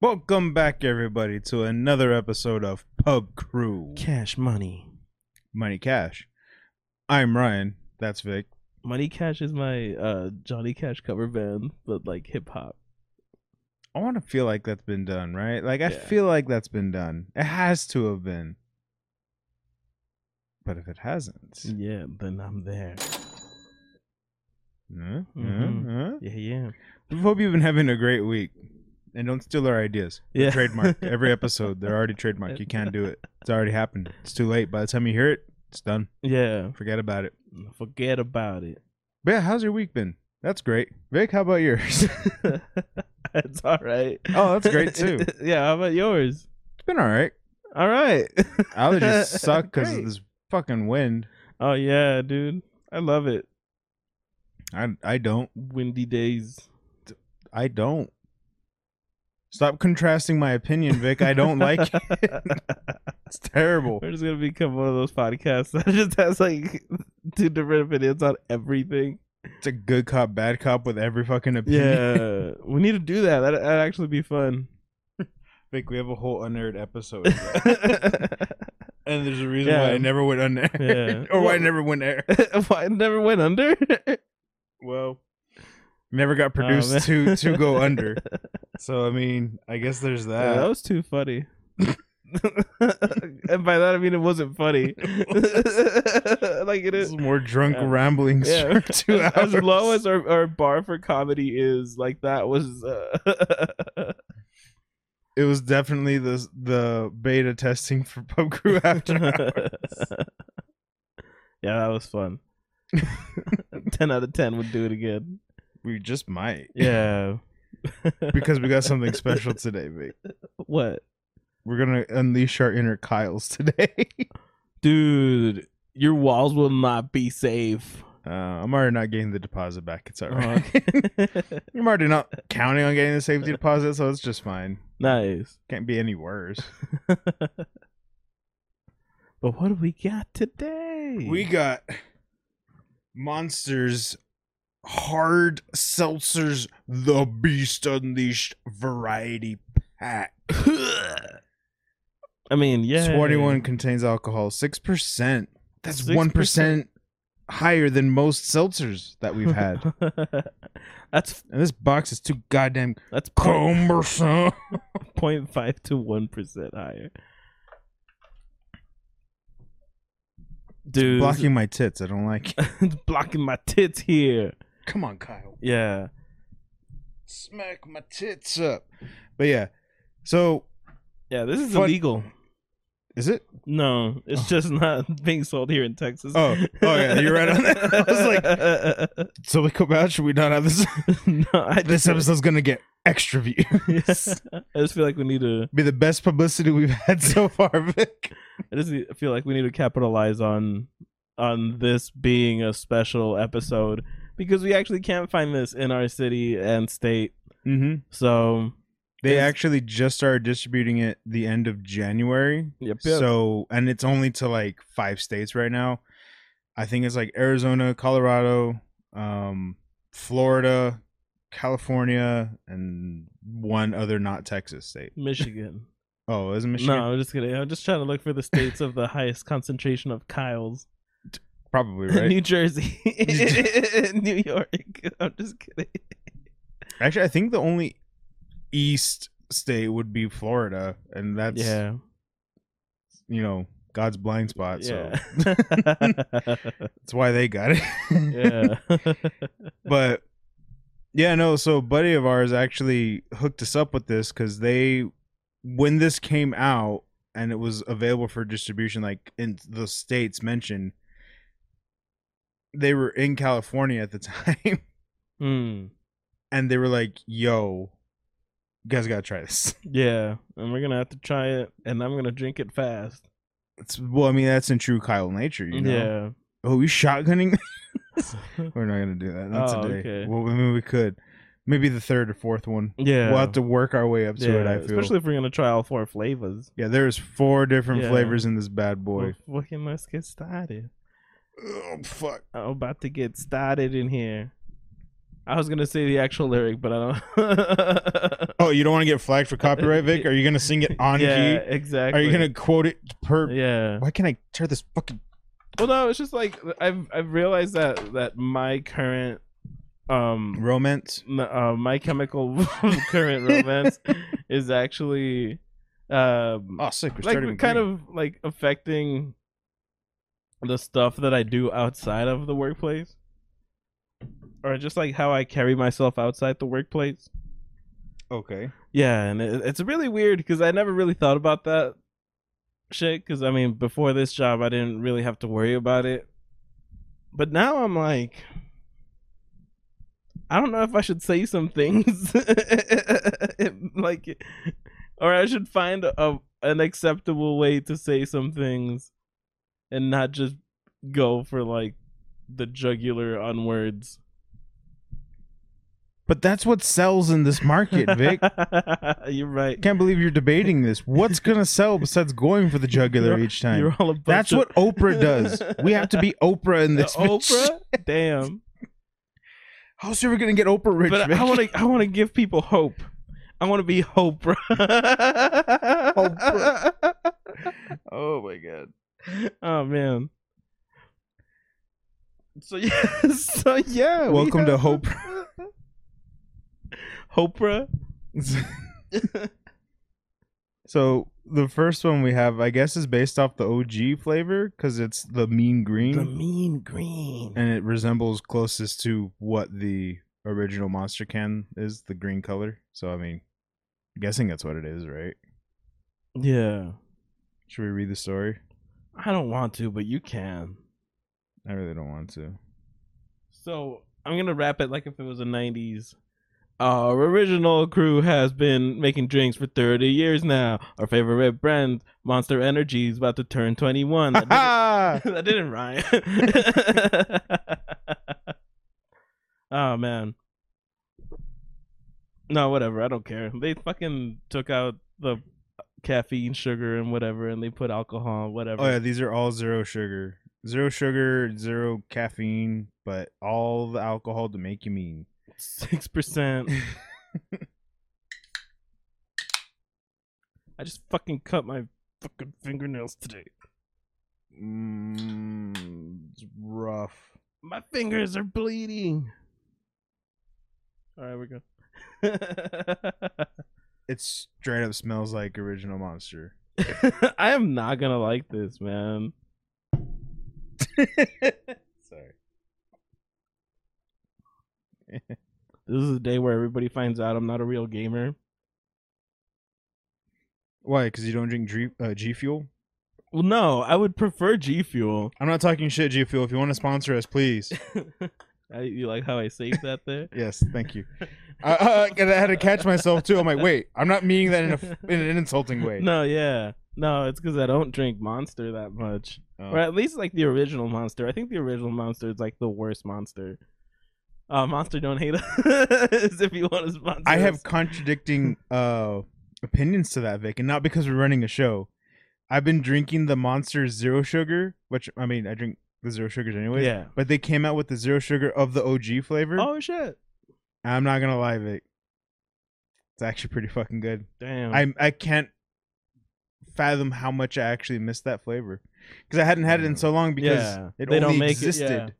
Welcome back, everybody, to another episode of Pub Crew Cash money. Money Cash. I'm Ryan. That's Vic. Money Cash is my uh, Johnny Cash cover band, but like hip hop. I want to feel like that's been done, right? Like, I Yeah. feel like that's been done. It has to have been. But if it hasn't, Yeah, then I'm there. huh? Huh? Mhm. Huh? Yeah, yeah. we hope you've been having a great week. And don't steal our ideas. Yeah. Trademark every episode. They're already trademarked. You can't do it. It's already happened. It's too late. By the time you hear it, it's done. yeah. Forget about it. Forget about it. But yeah, how's your week been? That's great. Vic, how about yours? it's all right. Oh, that's great, too. yeah, how about yours? It's been all right. All right. Allergies suck because of Great. this fucking wind. Oh yeah, dude. I love it. I I don't. Windy days. I don't. Stop contrasting my opinion, Vic. I don't like it. It's terrible. We're just gonna become one of those podcasts that just has like two different opinions on everything. It's a good cop, bad cop with every fucking opinion. Yeah, we need to do that. That would actually be fun. Vic, we have a whole unaired episode. and there's a reason why Yeah. I never went unaired. Yeah. or why I Well- never went air. Why it never went under? well, Never got produced Oh, to man. to go under. So I mean, I guess there's yeah, that that. was too funny. and by that I mean it wasn't funny. like it This is. is more drunk Yeah. ramblings Yeah. for two hours. As low as our, our bar for comedy is, like that was. Uh, it was definitely the the beta testing for Pub Crew after hours. yeah, that was fun. 10 out of 10 would do it again. We just might Yeah. because we got something special today, Vic. what? We're gonna unleash our inner Kyles today. Dude, your walls will not be safe. Uh, I'm already not getting the deposit back. It's alright. Uh-huh. Okay. I'm already not counting on getting the safety deposit, so it's just fine. nice. Can't be any worse. but what do we got today? We got monsters, hard seltzers, the Beast Unleashed variety pack. I mean, yeah. 21 contains alcohol 6%. That's 6%. 1% higher than most seltzers that we've had. that's and this box is too goddamn that's point, cumbersome. point 0.5 to 1% higher. Dude, Blocking my tits. I don't like it. it's blocking my tits here. Come on, Kyle. Yeah. Smack my tits up. But yeah. So, Yeah, this is Fun- illegal. is it? No, it's Oh. just not being sold here in Texas. Oh. Oh, yeah, you're right on that. I was So we come out. Should we not have this? no, I this just, episode's going to get extra view. I just feel like we need to. Be the best publicity we've had so far, Vic. I just feel like we need to capitalize on on this being a special episode because we actually can't find this in our city and state. Mm-hmm. So They It's- actually just started distributing it the end of January. yep, So, and it's only to like five states right now. I think it's like Arizona, Colorado, um, Florida, California, and one other not Texas state. Michigan. Oh, is it Michigan? No, I'm just kidding. I'm just trying to look for the states of the highest concentration of Kyles. Probably right. New Jersey, New York. I'm just kidding. Actually, I think the only east state would be Florida, and that's yeah. you know God's blind spot. So Yeah. that's why they got it. yeah. but yeah, no. So a buddy of ours actually hooked us up with this because they, when this came out and it was available for distribution, like in the states mentioned, they were in California at the time, Hmm. and they were like, "Yo, you guys gotta try this." Yeah. And we're gonna have to try it, and I'm gonna drink it fast. It's, well, I mean, that's in true Kyle nature, you know. Yeah. Oh, we shotgunning? we're not gonna do that. Not Oh, today. okay. Well, I mean, we could. Maybe the third or fourth one. yeah. We'll have to work our way up to yeah. it. I feel. Especially if we're gonna try all four flavors. Yeah, there's four different Yeah. flavors in this bad boy. Well, fucking let's get started. Oh fuck. I'm about to get started in here. I was gonna say the actual lyric, but I don't. Oh, you don't want to get flagged for copyright, Vic? Are you gonna sing it on yeah, key? exactly. Are you gonna quote it per? Yeah. Why can't I tear this fucking? Well, no, it's just like I've I've realized that that my current um Romance. m- uh, my chemical current romance is actually um Oh, sick. We're like starting with kind green. of like affecting the stuff that I do outside of the workplace or just like how I carry myself outside the workplace. okay. Yeah, and it, it's really weird because I never really thought about that shit. Because I mean, before this job, I didn't really have to worry about it, but now I'm like, I don't know if I should say some things, like, or I should find a an acceptable way to say some things, and not just go for like the jugular on words. But that's what sells in this market, Vic. You're right. Can't believe you're debating this. What's gonna sell besides going for the jugular each time? You're all a bunch That's of- what Oprah does. We have to be Oprah in The this. bitch. Oprah? Damn. How's you ever gonna get Oprah rich? but Vic? I want to. I want to give people hope. I want to be Oprah. Oprah. Oh my god. Oh man. So yeah. So yeah. we Welcome to have- Hope. Oprah. so the first one we have, I guess, is based off the OG flavor because it's the mean green, The mean green. and it resembles closest to what the original monster can is the green color. So I mean, guessing that's what it is, right? Yeah. Should we read the story? I don't want to, but you can. I really don't want to. So I'm gonna wrap it like if it was the '90s. Our original crew has been making drinks for 30 years now. Our favorite brand, Monster Energy, is about to turn 21. That Ah, didn't, that didn't rhyme. oh man. No, whatever. I don't care. They fucking took out the caffeine, sugar, and whatever, and they put alcohol, whatever. oh yeah, these are all zero sugar, zero sugar, zero caffeine, but all the alcohol to make you mean. Six percent. I just fucking cut my fucking fingernails today. Mm, it's rough. My fingers are bleeding. All right, we're good. It straight up smells like original monster. I am not gonna like this, man. Sorry. This is a day where everybody finds out I'm not a real gamer. Why? Because you don't drink G, uh, G Fuel? Well, no, I would prefer G Fuel. I'm not talking shit, G Fuel. If you want to sponsor us, please. I, you like how I saved that there? Yes, thank you. I, uh, I had to catch myself too. I'm like, wait, I'm not meaning that in, a, f- in an insulting way. No, yeah. No, it's because I don't drink Monster that much. Oh. Or at least like the original monster. I think the original monster is like the worst monster. Uh, monster don't hate us if you want to sponsor. I have us. contradicting uh, opinions to that, Vic, and not because we're running a show. I've been drinking the Monster Zero Sugar, which I mean, I drink the zero sugars anyway. yeah. But they came out with the zero sugar of the OG flavor. Oh shit! I'm not gonna lie, Vic. It's actually pretty fucking good. Damn. I I can't fathom how much I actually missed that flavor because I hadn't had it in so long because Yeah, it they only don't make it, existed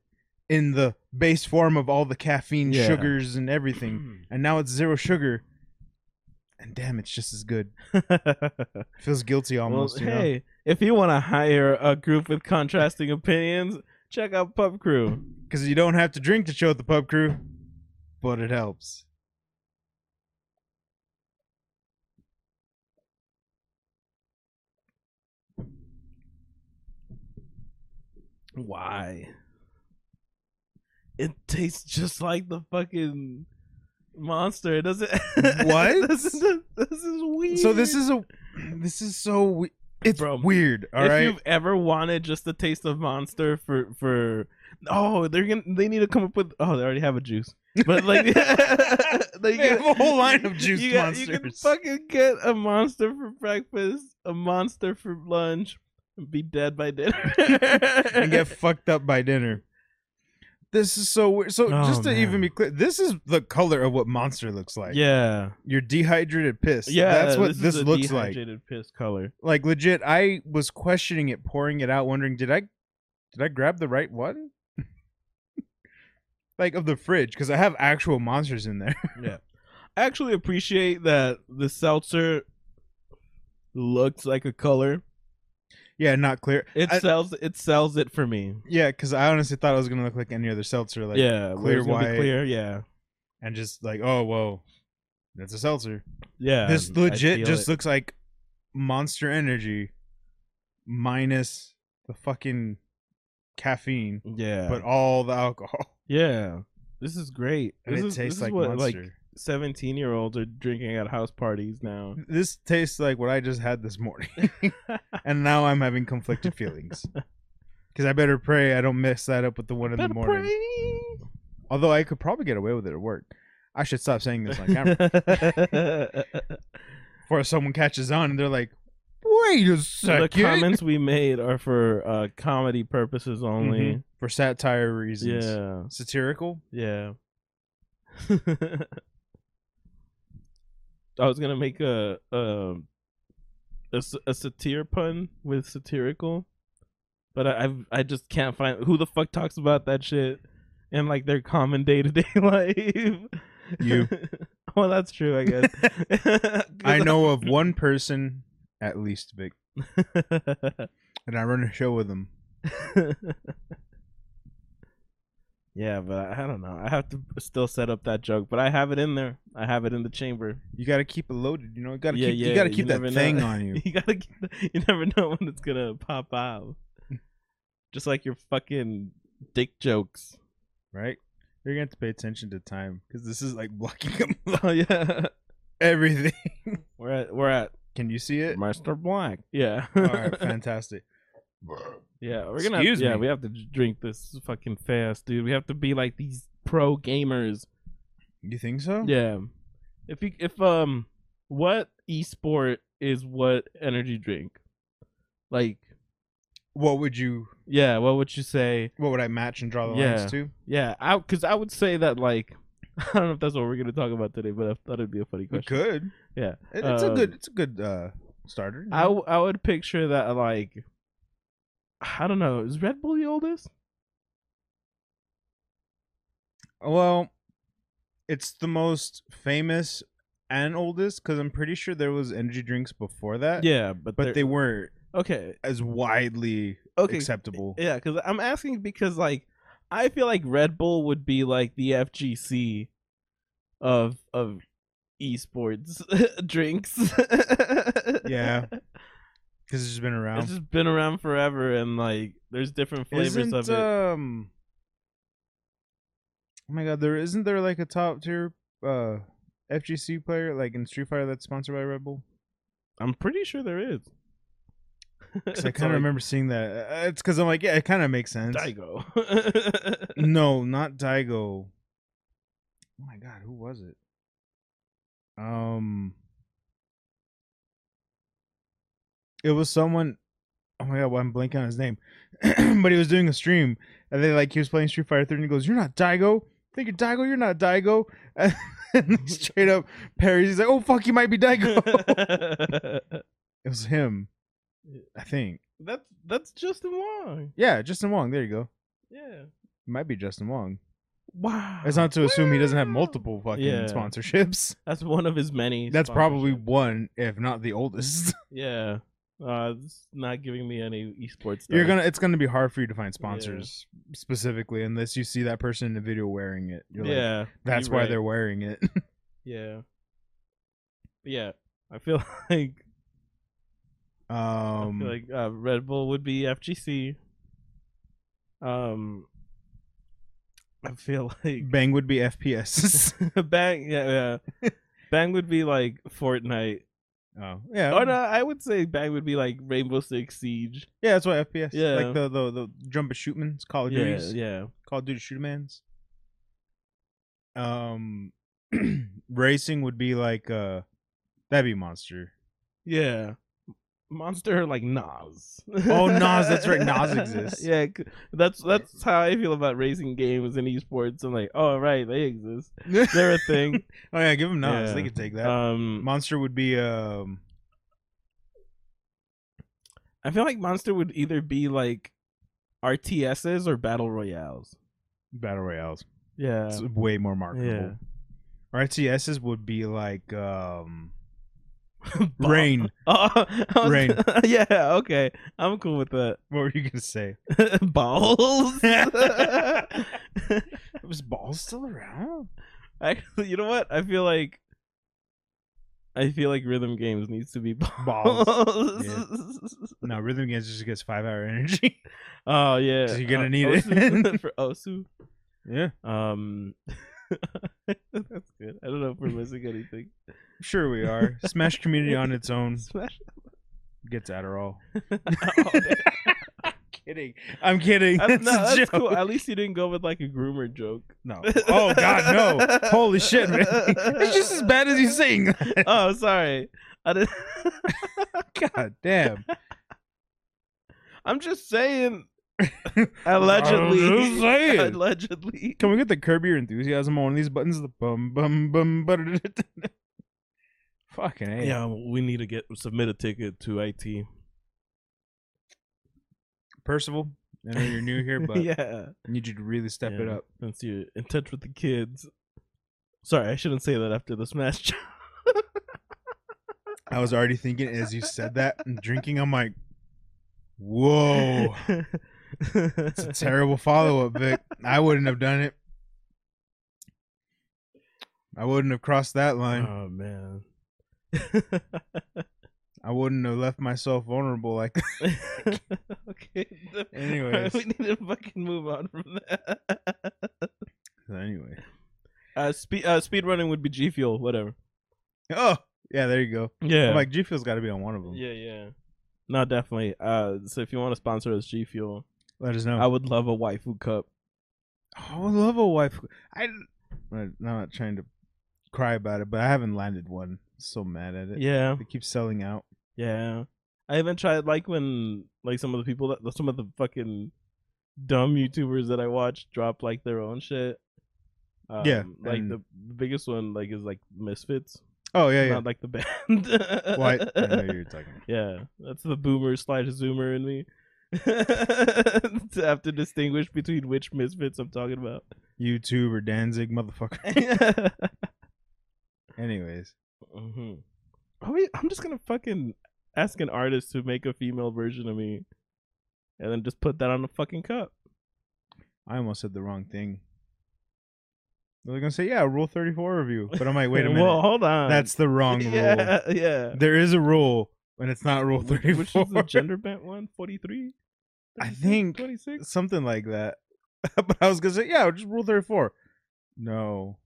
in the base form of all the caffeine, Yeah. sugars, and everything, and now it's zero sugar. And damn, it's just as good. Feels guilty almost. well, you know? hey, if you want to hire a group with contrasting opinions, check out Pub Crew. because you don't have to drink to chill with the pub crew, but it helps. Why? It tastes just like the fucking monster. It doesn't. What? this, is, this is weird. So this is a, this is so we- it's Bro, weird. All if right, you've ever wanted just the taste of monster for for oh they're gonna they need to come up with oh they already have a juice but like they have a whole line of juiced you got- you can monsters. fucking get a monster for breakfast a monster for lunch and be dead by dinner and get fucked up by dinner. This is so weird. So Oh, just to even man. be clear, this is the color of what monster looks like. yeah, Your dehydrated piss. yeah. That's what this, is a looks like. dehydrated piss color. Like legit, I was questioning it, pouring it out, wondering, did I did I grab the right one? like of the fridge, because I have actual monsters in there. I actually appreciate that the seltzer looks like a color. yeah, not clear. It I- sells it sells it for me. yeah, because I honestly thought it was gonna look like any other seltzer, like yeah, where clear it's gonna be white. clear. Yeah, and just like, oh whoa, that's a seltzer. yeah. this Um, I legit feel just it. looks like Monster Energy minus the fucking caffeine, yeah, but all the alcohol. yeah. This is great. And this it is, tastes this like is what Monster. like seventeen year olds are drinking at house parties now. this tastes like what I just had this morning, and now I'm having conflicted feelings. Because I better pray I don't mess that up with the one in the Better morning. Although I could probably get away with it at work. I should stop saying this on camera pray. before someone catches on and they're like, "Wait a the second. comments we made are for uh, comedy purposes only. for satire Mm-hmm. reasons, Yeah, satirical. yeah. I was gonna make a a, a s- a satire pun with satirical, but I I've, I just can't find who the fuck talks about that shit in like their common day to day life. You. well, that's true, I guess. 'Cause I know of one person at least, Vic, and I run a show with him. yeah, but I, I don't know. I have to still set up that joke, but I have it in there. I have it in the chamber. You got to keep it loaded, you know. You got to Yeah, keep, yeah, you got to you keep never that know. thing on you. You gotta. Keep, you never know when it's gonna pop out. Just like your fucking dick jokes. right? You're gonna have to pay attention to time because this is like blocking up Oh yeah, everything. we're at we're at Can you see it? Master Black. Yeah. Eh. All right, fantastic. Yeah, we're gonna. Excuse have, Yeah, me. we have to j- drink this fucking fast, dude. We have to be like these pro gamers. You think so? Yeah. If you if um, what esport is what energy drink? Like, What would you? yeah, what would you say? What would I match and draw the Yeah. lines to? Yeah, I because I would say that like. I don't know if that's what we're gonna talk about today, but I thought it'd be a funny We question. could. Yeah, It- it's a um, good. It's a good uh starter. I, w- I would picture that like, I don't know, is Red Bull the oldest? well, it's the most famous and oldest because I'm pretty sure there was energy drinks before that. Yeah, but Uh, but they they weren't okay as widely okay acceptable. Yeah, because I'm asking because like I feel like Red Bull would be like the FGC of of esports drinks. Yeah, because it's just been it's around. just been around forever, and like there's different flavors isn't, of it. Um, oh my god, there isn't there like a top tier uh FGC player like in Street Fighter that's sponsored by Red Bull? I'm pretty sure there is. 'Cause I kind of remember seeing that. Uh, It's because I'm like, yeah, it kind of makes sense. Daigo. No, not Daigo. Oh my god, who was it? Um, it was someone. Oh my god, why I'm blanking on his name, but he was doing a stream, and they like he was playing Street Fighter Three, and he goes, "You're not Daigo. I think you're Daigo. You're not Daigo." And he straight up parries. He's like, "Oh fuck, you might be Daigo." it was him, I think. that's that's Justin Wong. Yeah, Justin Wong. There you go. Yeah. It might be Justin Wong. Wow. It's not to assume he doesn't have Wow. multiple fucking Yeah. sponsorships. That's one of his many. That's probably sponsorships. one, if not the oldest. Yeah. Uh, it's not giving me any esports. Stuff. You're gonna. It's gonna be hard for you to find sponsors specifically unless you see that person in the video wearing it. You're like, yeah. that's you're why right. they're wearing it. Yeah. Yeah. I feel like I um, feel like uh, Red Bull would be FGC. Um. I feel like Bang would be FPS. Bang. Yeah. yeah. Bang would be like Fortnite. oh yeah, Oh no, I would say Bang would be like Rainbow Six Siege. yeah. That's why FPS. Yeah, Yeah. like the the the jump and shoot man's Call of yeah. Duty's Yeah. Call of Duty shooter man's. Um, racing would be like uh, that'd be monster. Yeah. Monster like Nas. Oh, Nas, that's right, Nas exists. yeah, c- that's that's how I feel about racing games and esports. I'm like, oh right, they exist. They're a thing. oh yeah, give them Nas. They Yeah. could take that. um, Monster would be um I feel like Monster would either be like RTSs or battle royales. battle royales. Yeah, It's way more yeah. marketable. RTSs would be like um Rain. Oh, I was- Rain. yeah, okay, I'm cool with that. What were you gonna say? Balls. Was balls still around? Actually, you know what? I feel like I feel like rhythm games needs to be Balls. balls. Yeah. No, rhythm games just gets five hour energy. Oh yeah, 'Cause you're gonna Uh, need it. Osu- for Osu. yeah, Um, that's good. I don't know if we're missing anything. I'm sure we are. Smash community on its own Smash. gets Adderall. Oh, damn. kidding. I'm kidding. I- no, That's a that's joke. cool. At least you didn't go with like a groomer joke. No. Oh God, no. Holy shit, man. It's just as bad as you sing. Oh, sorry. I didn't. God damn. I'm just saying. I'm Allegedly. just saying. Allegedly. Can we get the curb your enthusiasm on one of these buttons? The bum bum bum but Fucking A. Yeah, we need to get submit a ticket to IT. Percival, I know you're new here, but yeah, I need you to really step it yeah, up. Since you're in touch with the kids. Sorry, I shouldn't say that after the smash. job. I was already thinking as you said that and drinking, I'm like, whoa. Oh. It's a terrible follow up, Vic. I wouldn't have done it. I wouldn't have crossed that line. oh man. I wouldn't have left myself vulnerable like okay. Anyways. we need to fucking move on from that. anyway. Uh, speed uh, speed running would be G Fuel, whatever. Oh, yeah, there you go. Yeah. I'm like, G Fuel's got to be on one of them. yeah, yeah. No, definitely. Uh, so if you want to sponsor us, G Fuel, Let us know. Oh, I would love a waifu cup. I would love a wife. I, I'm not trying to cry about it, but I haven't landed one. So mad at it. Yeah. They keep selling out. Yeah. I even tried like when like some of the people that some of the fucking dumb YouTubers that I watch drop like their own shit. Um, Yeah, Like and- the biggest one like is like Misfits. Oh yeah, yeah. Not like the band. Why? I know you're talking. yeah. That's the boomer slash zoomer in me. to have to distinguish between which misfits I'm talking about. YouTube or Danzig, motherfucker. Anyways, Mhm. Are we, I'm just gonna fucking ask an artist to make a female version of me, and then just put that on a fucking cup. I almost said the wrong thing. I was gonna say yeah, Rule Thirty Four review, but I'm like, wait a minute, Well, hold on. that's the wrong rule. yeah, yeah. There is a rule, and it's not Rule Thirty Which Four. is the gender bent one? Forty three. I think- twenty six. Something like that. but I was gonna say yeah, just Rule Thirty Four. No,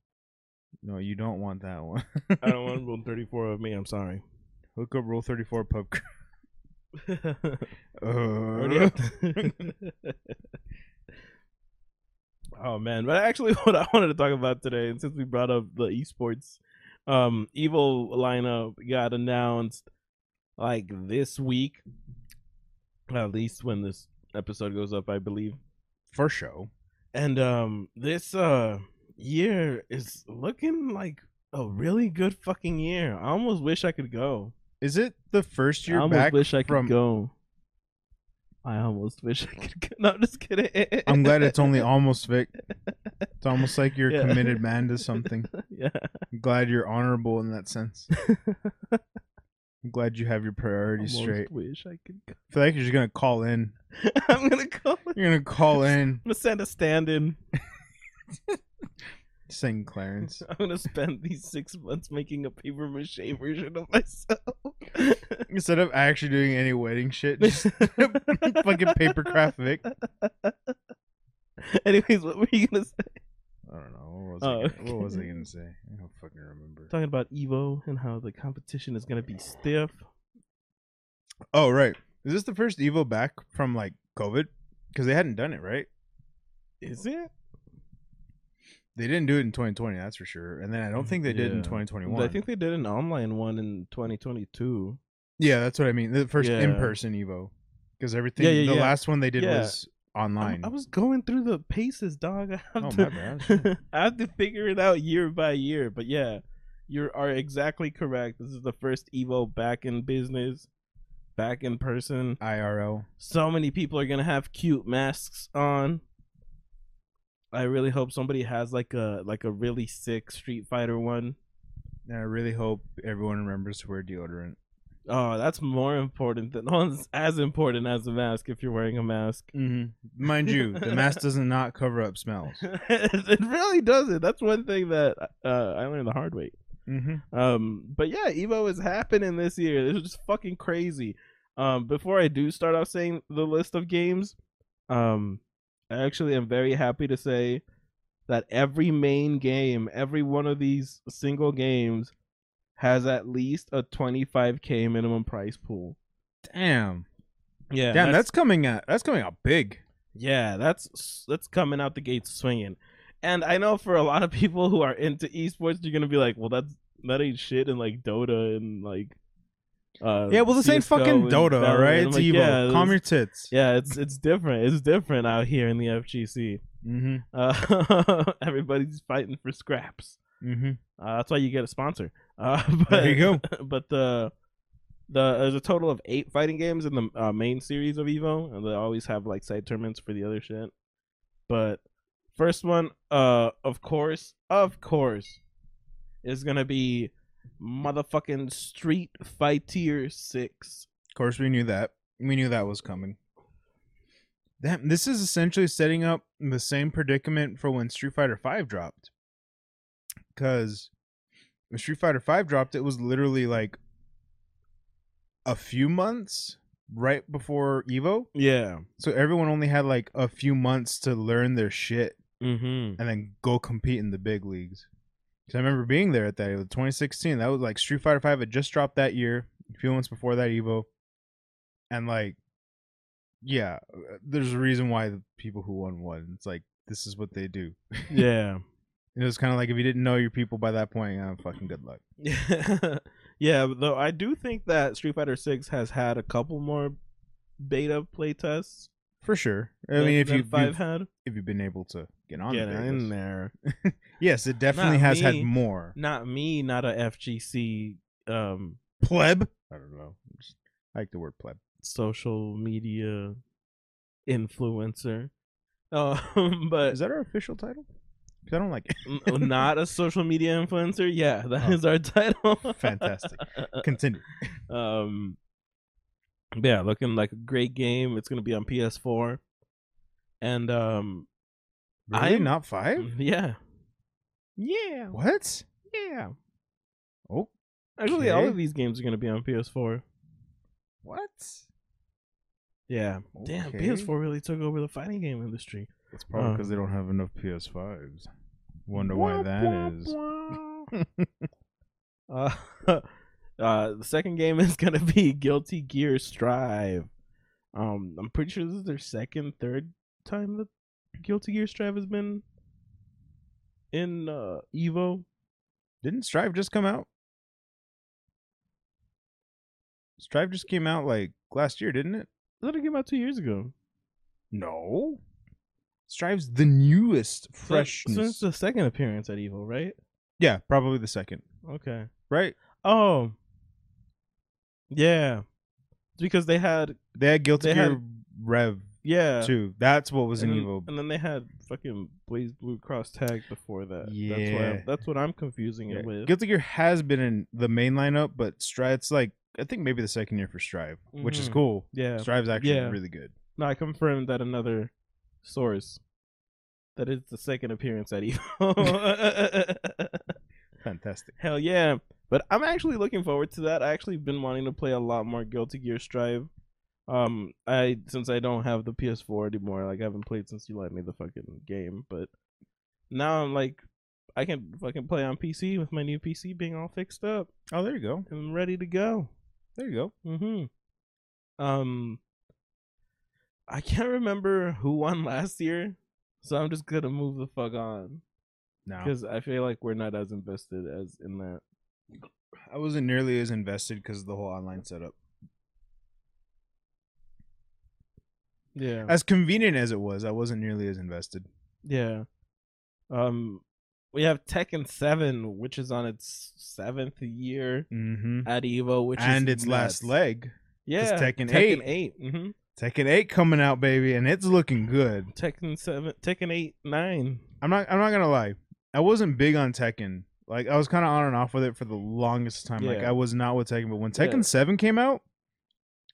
no, you don't want that one. I don't want rule thirty four of me. I'm sorry. Look up Rule Thirty Four pub. cr- Already Uh, up. oh man, but actually, what I wanted to talk about today, and since we brought up the esports, um, Evil lineup got announced like this week, at least when this episode goes up, I believe. for show. And um, this uh year is looking like a really good fucking year. I almost wish I could go. Is it the first year I almost back wish I could from? go. I almost wish I could go. No, I'm just kidding. I'm glad it's only almost Vic. It's almost like you're Yeah. a committed man to something. yeah. I'm glad you're honorable in that sense. I'm glad you have your priorities almost straight. wish I could go. I feel like you're just gonna call in. I'm gonna call. I'm You're gonna call in, gonna send a stand-in. sing Clarence. I'm gonna spend these six months making a paper mache version of myself. Instead of actually doing any wedding shit, just fucking paper craft Vic. Anyways, what were you gonna say? I don't know. What was, Oh, I, gonna, what was I okay. gonna say? I don't fucking remember. Talking about Evo and how the competition is gonna be stiff. Oh right, is this the first Evo back from like COVID? Because they hadn't done it right. Is it? They didn't do it in 2020, that's for sure. And then I don't think they did in Yeah. 2021. I think they did an online one in 2022. Yeah, that's what I mean. The first Yeah. in person Evo, because everything. Yeah, yeah, the yeah. last one they did Yeah. was I'm- online. I was going through the paces, dog. I Oh, have, my to, bad, sure. I have to figure it out year by year. But yeah, you are exactly correct. This is the first Evo back in business, back in person. IRL. So many people are gonna have cute masks on. I really hope somebody has like a like a really sick Street Fighter one. And I really hope everyone remembers to wear deodorant. Oh, that's more important than oh, it's as important as a mask if you're wearing a mask. Mm-hmm. Mind you, the mask does not cover up smells. it really doesn't. That's one thing that uh, I learned the hard way. Mm-hmm. Um, but yeah, Evo is happening this year. This is just fucking crazy. Um, before I do start off saying the list of games, um, I actually am very happy to say that every main game, every one of these single games, has at least a 25k minimum price pool. Damn, Yeah, damn, that's coming out. That's coming out big. yeah, that's that's coming out the gates swinging. And I know for a lot of people who are into esports, you're gonna be like, well, that's that ain't shit in like Dota and like. Uh, yeah, well, this ain't CS:GO fucking and Dota, all Valorant. right? I'm It's like, Evo. Yeah, Calm your it's, tits. yeah, it's it's different. It's different out here in the FGC. Mm-hmm. Uh, everybody's fighting for scraps. Mm-hmm. Uh, that's why you get a sponsor. Uh, but, There you go. But the the there's a total of eight fighting games in the uh, main series of Evo, and they always have like side tournaments for the other shit. But first one, uh, of course, of course, is gonna be motherfucking Street Fighter Six. Of course, we knew that. We knew that was coming. That this is essentially setting up the same predicament for when Street Fighter Five dropped. Because when Street Fighter Five dropped, it was literally like a few months right before Evo, Yeah. so everyone only had like a few months to learn their shit Mm-hmm. and then go compete in the big leagues. 'Cause I remember being there at that. It was 2016. That was like Street Fighter Five had just dropped that year, a few months before that Evo, and like, yeah, there's a reason why the people who won won. It's like this is what they do. Yeah. And it was kind of like if you didn't know your people by that point, uh, fucking good luck. yeah, though I do think that Street Fighter Six has had a couple more beta playtests. For sure. I than- mean, if than you have five had if you've been able to get on, get the big in list. there. Yes, it definitely Not has had me. more Not me, not a FGC um pleb. I don't know. Just- I like the word pleb. social media influencer. Um, but Is that our official title? 'Cause I don't like it. n- uh, not a social media influencer. Yeah, that Oh. is our title. Fantastic. Uh, Continue. Um, yeah, looking like a great game. It's gonna be on PS4, and um, Really? I'm- not five? yeah, yeah, What? yeah. Oh, Actually, all Okay. of these games are gonna be on PS4. what? Yeah. Damn, Okay. PS4 really took over the fighting game industry. It's probably Uh. because they don't have enough PS5s. Wonder why that is. uh, uh, the second game is gonna be Guilty Gear Strive. Um, I'm pretty sure this is their second, third time that Guilty Gear Strive has been in uh, Evo. Didn't Strive just come out? Strive just came out like last year, didn't it? I thought it came out two years ago. No. Strive's the newest So- freshness. So it's the second appearance at Evo, right? yeah, probably the second. Okay. Right? Oh. Yeah. It's because they had They had Guilty They Gear had- Rev yeah. too. That's what was and, in then- Evo. and then they had fucking Blaze Blue Cross Tag before that. That's, why Yeah. I'm, that's what I'm confusing Yeah. it with. Guilty Gear has been in the main lineup, but Strive's like I think maybe the second year for Strive, which is Mhm. cool. Yeah. Strive's actually Yeah. really good. No, I confirmed that another source. That is the second appearance at Evo. Fantastic. Hell yeah. But I'm actually looking forward to that. I actually been wanting to play a lot more Guilty Gear Strive. Um I since I don't have the PS4 anymore, like I haven't played since you lent me the fucking game, but now I'm like I can fucking play on PC with my new PC being all fixed up. Oh, there you go. I'm ready to go. There you go. Mm-hmm. Um, I can't remember who won last year, so I'm just gonna move the fuck on Now because I feel like we're not as invested as in that. I wasn't nearly as invested because of the whole online setup. Yeah. As convenient as it was, I wasn't nearly as invested. Yeah. Um we have Tekken 7 which is on its 7th year Mm-hmm. at Evo which And is its last nuts. leg, Yeah. Tekken 8. 8. Mhm. Tekken Eight coming out, baby, and it's looking good. Tekken 7 Tekken 8 9. I'm not. I'm not gonna lie. I wasn't big on Tekken. Like I was kind of on and off with it for the longest time. Like Yeah. I was not with Tekken, but when Yeah. Tekken Seven came out,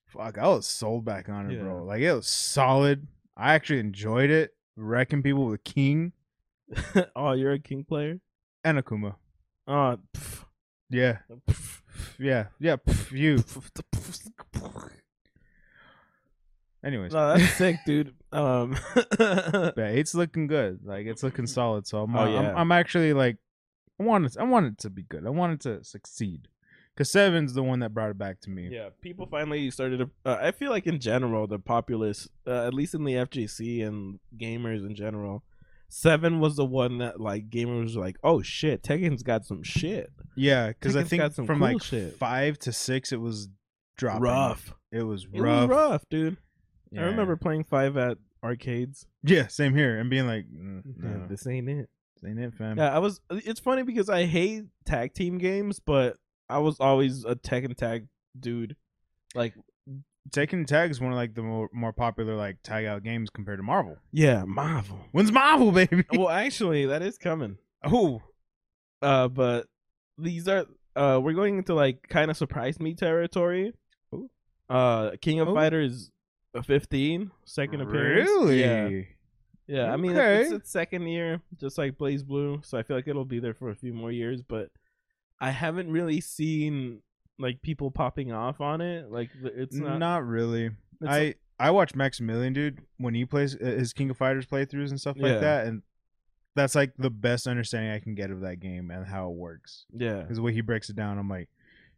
fuck, I was sold back on it, Yeah. bro. Like it was solid. I actually enjoyed it, wrecking people with King oh, you're a king player? and Akuma. Oh. pff, Yeah, pff, yeah, yeah. pff, you. pff, pff, pff. Anyways, No, that's sick, dude. Um yeah, it's looking good. Like it's looking solid. So I'm. uh, Oh, I'm, yeah. I'm actually like, I want it. I want it to be good. I want it to succeed. Cause Seven's the one that brought it back to me. Yeah, people finally started. To, uh, I feel like in general, the populace, uh, at least in the FGC and gamers in general, Seven was the one that like gamers were like, oh shit, Tekken's got some shit. Yeah, because I Tekken's think got some from cool like shit. five to six, it was dropping. Rough. It was It rough. was rough, dude. Yeah. I remember playing Five at arcades. Yeah, same here, and being like, mm, Yeah, no, this this ain't it. ain't it, fam. Mm-hmm. Yeah, I was. It's funny because I hate tag team games, but I was always a Tekken tag dude. Like, Taking tag is one of like the more, more popular like tag out games compared to Marvel. yeah, Marvel. When's Marvel, baby? well, actually, that is coming. Oh, uh but these are uh we're going into like kind of surprise me territory Ooh. uh king of Ooh. fighters 15 second appearance really? yeah, yeah i mean Okay. it's its second year just like blaze blue so i feel like it'll be there for a few more years but i haven't really seen like people popping off on it like th- it's not, not, really. it's- I I watch Maximilian, dude, when he plays uh, his King of Fighters playthroughs and stuff Yeah. like that, and that's like the best understanding I can get of that game and how it works. yeah because the way he breaks it down, I'm like,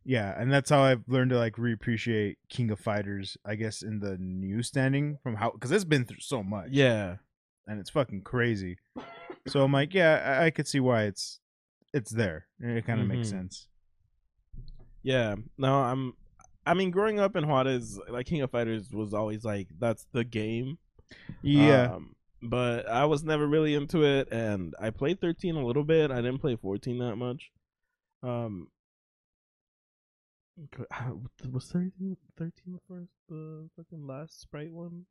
yeah, and that's how I've learned to like reappreciate King of Fighters, I guess, in the new standing from how because it's been through so much, yeah and it's fucking crazy. So I'm like, yeah, I, I could see why it's it's there. and It kind of makes Mhm. sense. Yeah. No, I'm I mean growing up in Juarez, like King of Fighters was always like that's the game. Yeah, Um, but I was never really into it and I played 13 a little bit. I didn't play 14 that much. Um uh, was 13 13 the first the fucking last sprite one?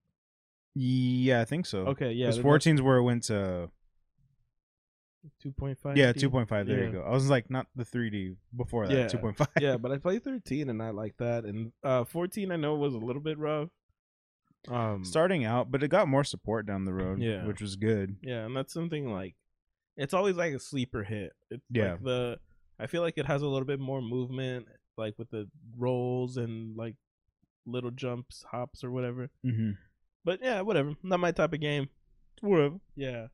yeah, I think so. Okay, yeah. because then that's 14's where Oh. it went to 2.5. yeah D. 2.5. There Yeah. you go. I was like, not the 3D before that Yeah. 2.5. Yeah, but I played 13 and I like that and uh 14 I know was a little bit rough. Um Starting out, but it got more support down the road, Yeah. which was good. Yeah, and that's something like it's always like a sleeper hit. It's Yeah. like the I feel like it has a little bit more movement, like with the rolls and like little jumps, hops or whatever. Mm-hmm. But yeah, whatever. Not my type of game. Whatever. Yeah.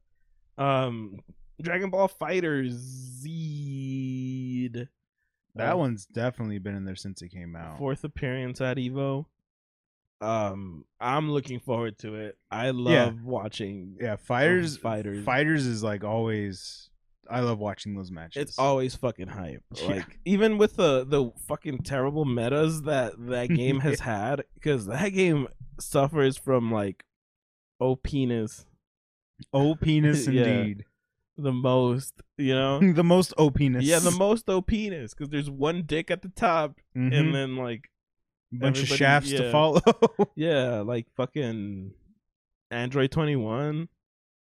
Um Dragon Ball Fighters Z That one's definitely been in there since it came out. fourth appearance at Evo. Um I'm looking forward to it. I love Yeah. watching Yeah, fighters, fighters. fighters, is like always. I love watching those matches. It's always fucking hype. Yeah. Like even with the the fucking terrible metas that that game has had, because that game suffers from like oh penis oh penis Yeah. indeed. the most, you know. the most oh penis. Yeah, the most oh penis because there's one dick at the top Mhm. and then like bunch of everybody- shafts yeah. to follow. yeah, like fucking Android twenty one.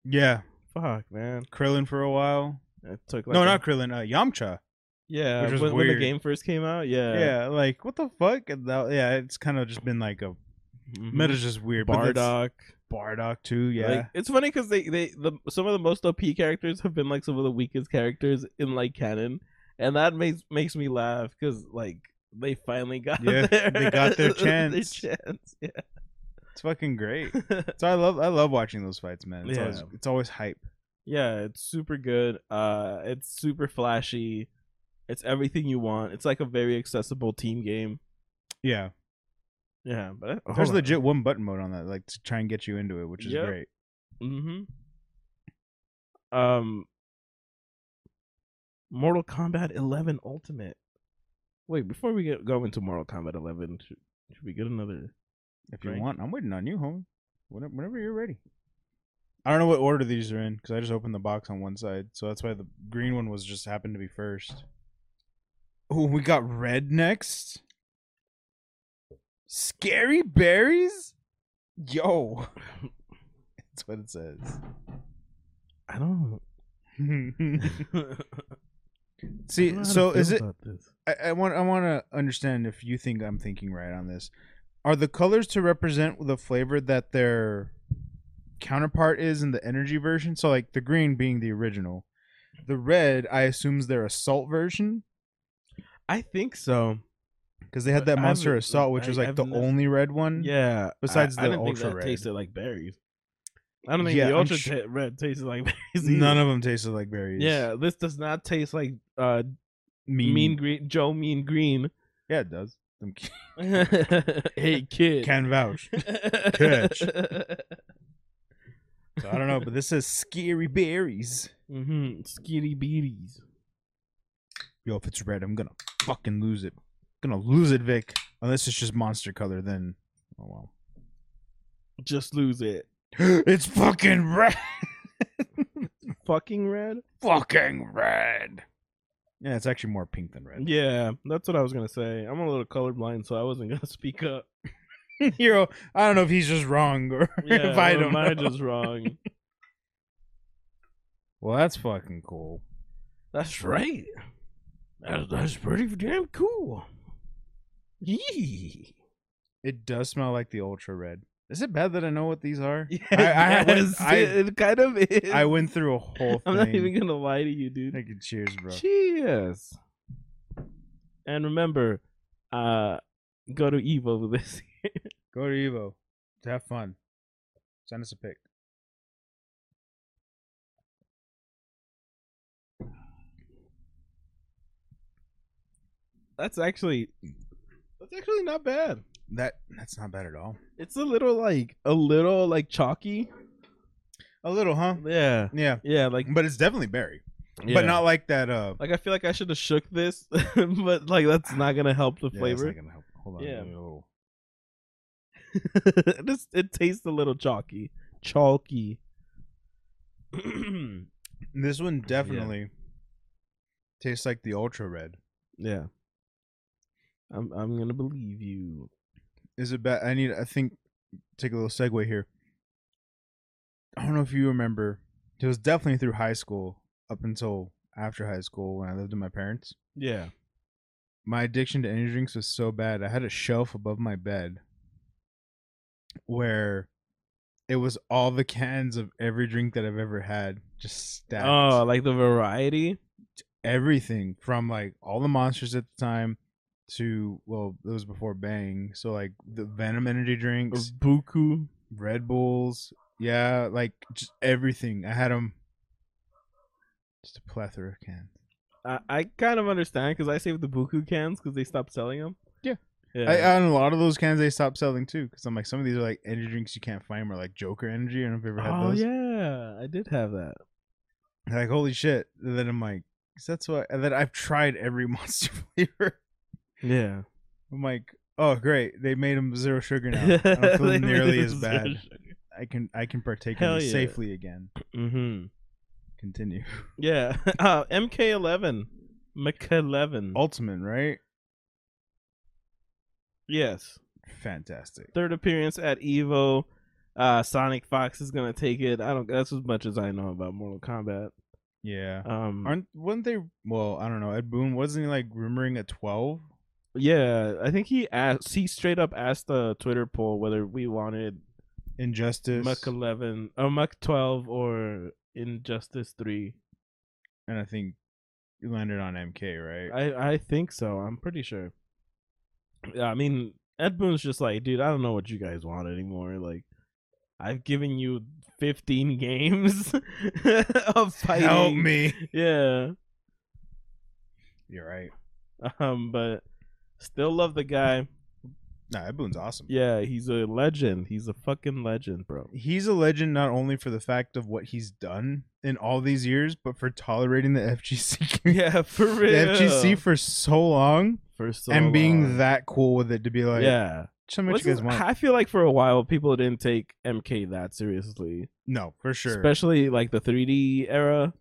yeah, Fuck man, Krillin for a while. it took like no, a- not Krillin. Uh, Yamcha. yeah which was when, when the weird. game first came out. Yeah, yeah, like what the fuck? And that- yeah, it's kind of just been like a Mhm. meta's just weird. but that's- Bardock. Bardock too. Yeah, Like, it's funny because they they the some of the most OP characters have been like some of the weakest characters in like canon, and that makes makes me laugh because like they finally got Yeah, their, they got their chance. chance, it's fucking great. yeah. So I love I love watching those fights, man. It's Yeah. always it's always hype. yeah, it's super good. Uh, it's super flashy. It's everything you want. It's like a very accessible team game. Yeah, Oh, Yeah, but there's legit one button mode on that, like to try and get you into it, which is Yep. great. Mm-hmm. Um, Mortal Kombat 11 Ultimate. Wait, before we get go into Mortal Kombat 11, should, should we get another? If you Drink. want, I'm waiting on you, homie. Whenever, whenever you're ready. I don't know what order these are in because I just opened the box on one side, so that's why the green one was just happened to be first. Oh, we got red next. Scary berries, yo. that's what it says. I don't. See, so is it? This. I, I want I want to understand if you think I'm thinking right on this. Are the colors to represent the flavor that their counterpart is in the energy version? So like the green being the original, the red I assume is their assault version I think so. because they had But that I monster haven't- assault, which was I- like I've the nev- only red one. Yeah. Mm. Besides I, the I didn't ultra think that red. tasted like berries. I don't think Yeah, the I'm ultra su- ta- red tasted like berries. either. none of them tasted like berries. Yeah, this does not taste like uh mean, mean, green Joe Mean Green. yeah, it does. Them c- hey kid. Can vouch. catch. So I don't know, but this says scary berries. hmm Skitty beaties. yo, if it's red, I'm gonna fucking lose it. Gonna lose it, Vic. Unless it's just monster color, then oh wow. Just lose it. it's fucking red. Fucking red? fucking red. Yeah, it's actually more pink than red. Yeah, that's what I was gonna say. I'm a little colorblind, so I wasn't gonna speak up. Hero, I don't know if he's just wrong or Yeah, if I or don't am I know. just wrong? Well, that's fucking cool. That's right. That's, that's pretty damn cool. Yee. It does smell like the ultra red. Is it bad that I know what these are? Yes, I, I, went, I, it, it kind of is. I went through a whole thing. I'm not even gonna lie to you, dude. Thank you. Cheers, bro. Cheers. And remember, uh, go to Evo with this. Go to Evo. Have fun. Send us a pic. That's actually, that's actually not bad. That that's not bad at all. It's a little like a little like chalky. A little, huh? Yeah, Yeah, yeah, like but it's definitely berry, yeah. but not like that. Uh, like I feel like I should have shook this, but like that's not gonna help the yeah, flavor. that's not gonna help. Hold on. oh. Yeah. Ew. it, just, it tastes a little chalky, chalky. This one definitely tastes like the ultra red. yeah, I'm I'm gonna believe you. Is it bad? I need. I think take a little segue here. I don't know if you remember. It was definitely through high school up until after high school when I lived with my parents. Yeah. my addiction to energy drinks was so bad. I had a shelf above my bed where it was all the cans of every drink that I've ever had, just stacked. Oh, like the variety. Everything from like all the monsters at the time to well, it was before Bang, so like the Venom energy drinks, Buku. Red Bulls, yeah, like just everything. I had them. Just a plethora of cans. I, I kind of understand because I saved the Buku cans because they stopped selling them. Yeah. I, Yeah. uh, and a lot of those cans they stopped selling too, because I'm like, some of these are like energy drinks you can't find, or like Joker energy. I don't know if you ever had oh those. yeah, I did have that. And, Like holy shit! And then I'm like, 'cause that's what. And then I've tried every monster flavor. Yeah. I'm like, oh great, they made them zero sugar now. I don't feel nearly as bad. I can I can partake Hell in these yeah. safely again. Mm-hmm. Continue. Yeah. Uh, MK11. MK11. Ultimate, right? Yes. Fantastic. Third appearance at Evo. Uh, Sonic Fox is gonna take it. I don't. That's as much as I know about Mortal Kombat. Yeah. Um. Aren't weren't they? Well, I don't know. Ed Boon wasn't he like rumoring a twelve? yeah. I think he asked. He straight up asked the Twitter poll whether we wanted Injustice. Muck 11 or Muck 12 or Injustice 3. and I think it landed on MK, right? I, I think so. I'm pretty sure. Yeah, I mean, Ed Boon's just like, dude, I don't know what you guys want anymore. Like, I've given you 15 games of fighting. Help me. Yeah. You're right. Um, but still love the guy. Nah, Ed Boon's awesome. Yeah, he's a legend. He's a fucking legend, bro. He's a legend not only for the fact of what he's done in all these years, but for tolerating the FGC. community. Yeah, for the real. FGC for so long for so and being long. that cool with it to be like, yeah. so much What's you guys this- want. I feel like for a while people didn't take MK that seriously, no, for sure. especially like the 3D era.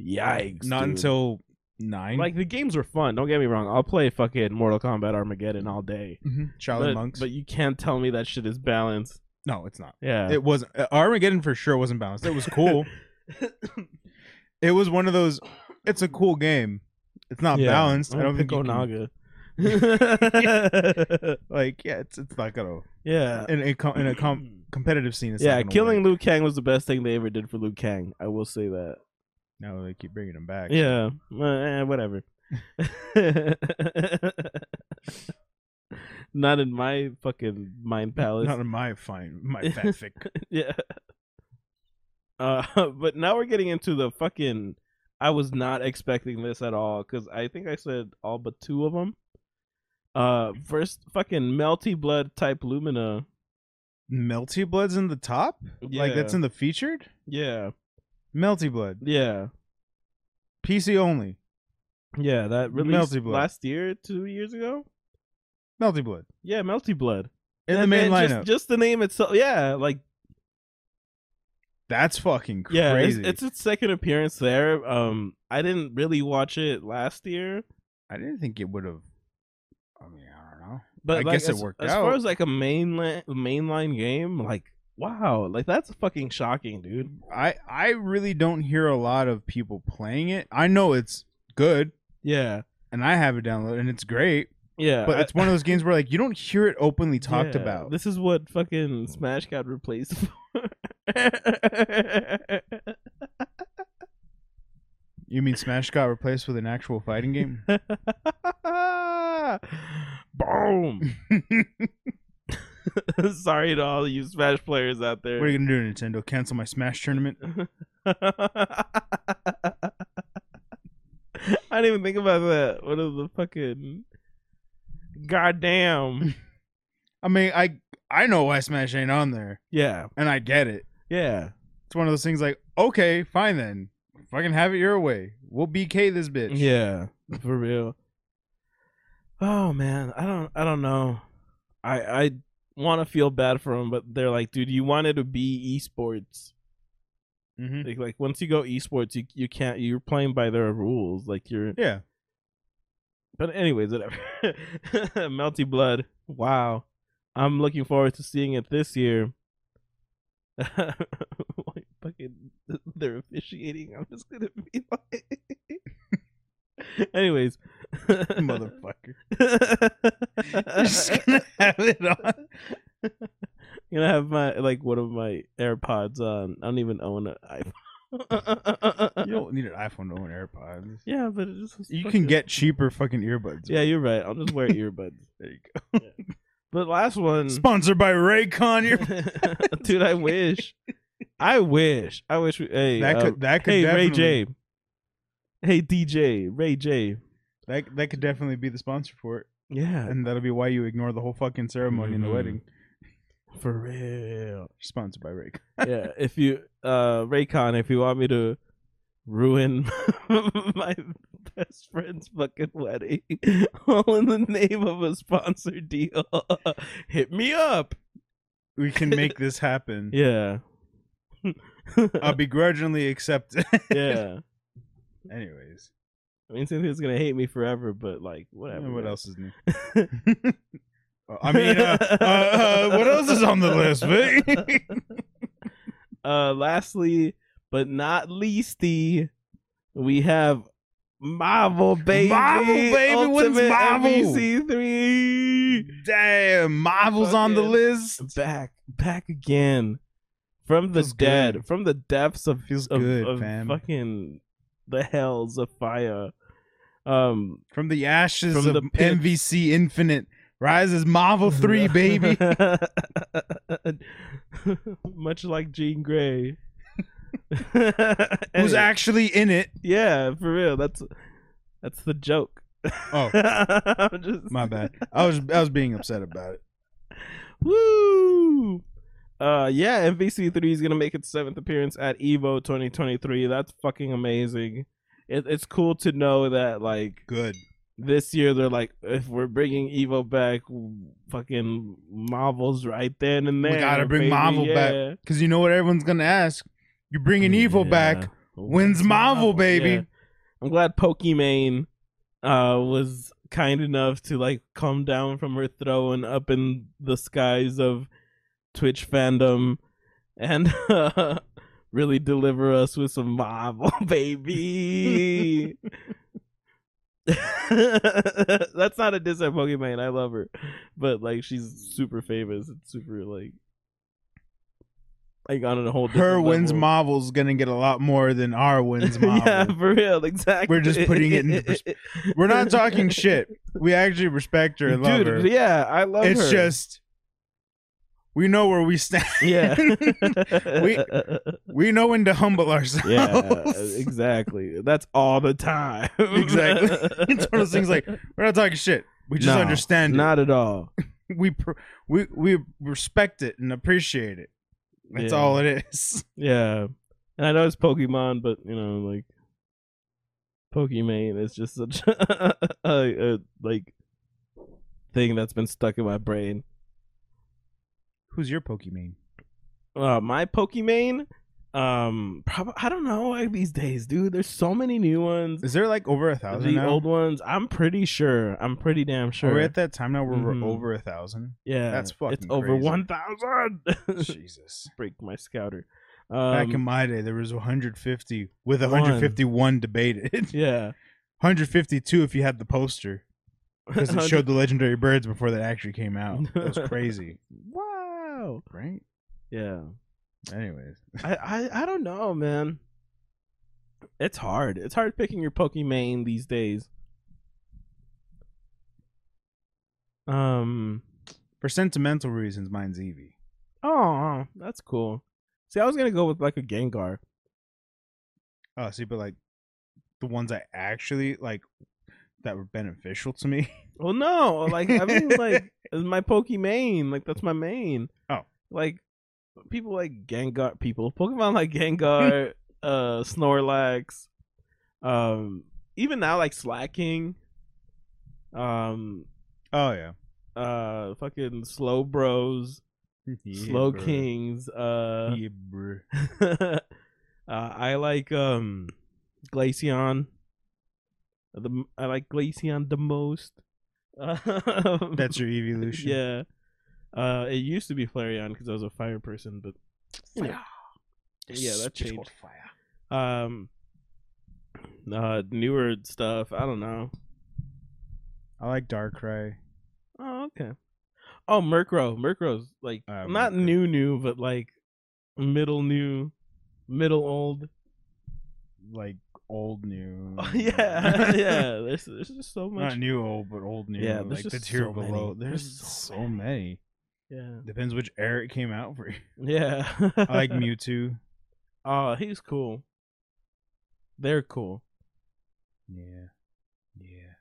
Yikes! Not dude. until nine. like the games were fun. Don't get me wrong. I'll play fucking Mortal Kombat Armageddon all day. Mhm. Shaolin But, monks. but you can't tell me that shit is balanced. no, it's not. Yeah. It wasn't uh, Armageddon for sure wasn't balanced. It was cool. it was one of those. It's a cool game. It's not Yeah. balanced. I'm I don't think you can, Onaga. like yeah, it's it's not gonna yeah. in a com- in a com- competitive scene. It's not yeah, gonna killing work. Liu Kang was the best thing they ever did for Liu Kang. I will say that. No, they keep bringing him back. Yeah, uh, eh, whatever. Not in my fucking mind palace. Not in my fine my fanfic. yeah. Uh, but now we're getting into the fucking. I was not expecting this at all because I think I said all but two of them. Uh, first fucking melty blood type Lumina. Melty Blood's in the top? Like that's Yeah. in the featured? yeah, Melty Blood. yeah, PC only. yeah. That released Melty Blood. last year, two years ago. Melty Blood. Yeah, melty blood. In the And main then lineup. Just, just the name itself. Yeah, like that's fucking crazy. yeah, it's, it's its second appearance there. Um, I didn't really watch it last year, I didn't think it would have I mean, I don't know. but I like, guess it as, worked as far out. as like a mainline mainline game, like wow, like that's fucking shocking, dude. I I really don't hear a lot of people playing it. I know it's good Yeah, and I have it downloaded and it's great, yeah, but I- it's one of those games where like you don't hear it openly talked yeah, about. This is what fucking Smash got replaced for. You mean Smash got replaced with an actual fighting game? Boom. what Sorry to all you Smash players out there. are you gonna do, Nintendo? Cancel my Smash tournament? I didn't even think about that. What is the fucking goddamn? I mean, I I know why Smash ain't on there, Yeah, and I get it. yeah, It's one of those things like, okay, fine then, fucking have it your way. We'll BK this bitch. yeah, for real. Oh man, I don't, I don't know. I, I want to feel bad for them, but they're like, dude, you wanted to be esports. hmm Like, like once you go esports, you you can't. You're playing by their rules. Like you're. yeah. But anyways, whatever. Melty Blood. Wow. I'm looking forward to seeing it this year. Like, Fucking they're officiating. I'm just gonna be like Anyways. Motherfucker, You're just I'm gonna have it on. gonna have my like one of my AirPods on. I don't even own an iPhone. You don't need an iPhone to own AirPods. yeah, but it's just You fucking- can get cheaper fucking earbuds. Yeah, you're right. I'll just wear earbuds. There you But last one go. Sponsored by Raycon. Ear- Dude, I wish. I wish. I wish. We, hey, that uh, could that could hey Ray definitely, J. Hey DJ Ray J. That that could definitely be the sponsor for it, Yeah, and that'll be why you ignore the whole fucking ceremony and the Mhm. wedding. for real. Sponsored by Raycon. yeah, if you uh Raycon, if you want me to ruin my best friend's fucking wedding, all in the name of a sponsor deal, hit me up. We can make this happen. Yeah. I'll begrudgingly accept it. yeah. Anyways, I mean, Cynthia's gonna hate me forever, but like, eh, whatever. what man. else is new? Uh, I mean, uh, uh, uh, what else is on the list, Vic? uh, lastly, but not leasty, we have Marvel baby. Marvel, baby, what's Ultimate Marvel? MVC three Damn, Marvel's on the Fucking- list. back, back again from the Feels dead, good. from the depths of Feels of, good, of fam. fucking the hells of fire. Um, From the ashes From of the pit. MVC Infinite rises Marvel Three, baby. Much like Jean Grey. Who's Anyway, actually in it? Yeah, for real. That's that's the joke. Oh, I'm just- my bad. I was I was being upset about it. Woo! Uh, yeah, MVC3 is gonna make its seventh appearance at Evo 2023. That's fucking amazing. It, it's cool to know that like Good. This year they're like, if we're bringing Evo back, fucking Marvel's right then and We there. gotta bring Marvel back. Because you know what everyone's gonna ask. You're bringing Evil Yeah. back. When's Marvel, baby? Yeah. I'm glad Pokimane uh, was kind enough to like come down from her throne up in the skies of Twitch fandom and uh, really deliver us with some Marvel, baby. That's not a diss at Pokimane. I love her, but like she's super famous. It's super like like on a whole. Her different wins level. Marvel's gonna get a lot more than our wins Marvel. yeah, for real, exactly. We're just putting it into pers- We're not talking shit. We actually respect her and love Dude, her. yeah, I love it's her. just we know where we stand. yeah, We- We know when to humble ourselves. yeah, uh, exactly. That's all the time. Exactly. It's one of those things like, We're not talking shit. We just No, understand. it. not at all. We pr- we we respect it and appreciate it. That's Yeah. all it is. Yeah, and I know it's Pokemon, but you know, like Pokimane is just such a, a like thing that's been stuck in my brain. Who's your Pokemon? uh my Pokimane. Um, prob- I don't know like, these days, dude. There's so many new ones. Is there like over a thousand The now? old ones, I'm pretty sure. I'm pretty damn Are sure. we at that time now where Mhm. we're over a thousand? yeah, That's fucking It's over crazy. one thousand. Jesus. Break my scouter. Back Um, in my day, there was 150 with 151 debated. yeah, 152 if you had the poster because it showed the legendary birds before that actually came out. That was crazy, wow. right? Yeah, Anyways, I, I I don't know, man. It's hard. It's hard picking your Pokimane these days. Um, for sentimental reasons, mine's Eevee. Oh, that's cool. See, I was gonna go with like a Gengar. Oh, see, but like the ones I actually like that were beneficial to me. Well, no, like I mean, like it's my Pokimane, like that's my main. Oh. like people like Gengar, people Pokemon like Gengar, uh, Snorlax, um, even now like Slacking, um, Oh yeah, uh, fucking Slow Bros, Slow Kings, uh, Yeah, bruh. uh, I like um Glaceon. The I like Glaceon the most. Um, That's your evolution. yeah. Uh, it used to be Flareon because I was a fire person, but you know. yeah, that changed. Fire. Um, uh, newer stuff. I don't know. I like Darkrai. Oh, okay. Oh, Murkrow. Murkrow's like Uh, not Murkrow. new, new, but like middle new, middle old. like old new. Oh, yeah, yeah. There's there's just so much. Not new old, but old new. Yeah, Yeah, like there's the just tier so many. below. There's There's, so so many. Yeah, Depends which era it came out for. you. yeah. I like Mewtwo. Oh, he's cool. They're cool. Yeah, yeah.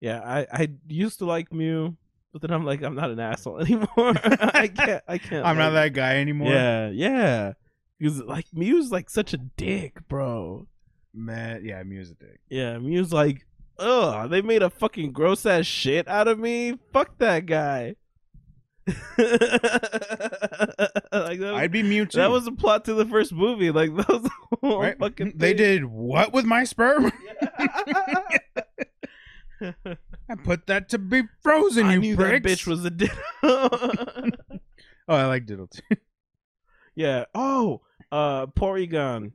Yeah, I I used to like Mew, but then I'm like I'm not an asshole anymore. I can't I can't. I'm not that like- guy anymore. Yeah, yeah. Because like Mew's like such a dick, bro. man. Yeah, Mew's a dick. Yeah, Mew's like, ugh, they made a fucking gross ass shit out of me. Fuck that guy. like that was- I'd be Mewtwo. That was the plot to the first movie. Like that was the whole Right? fucking. They thing. did what with my sperm? I put that to be frozen. I you knew pricks. that bitch was a ditto. Oh, I like Diddle too. yeah. Oh, uh, Porygon.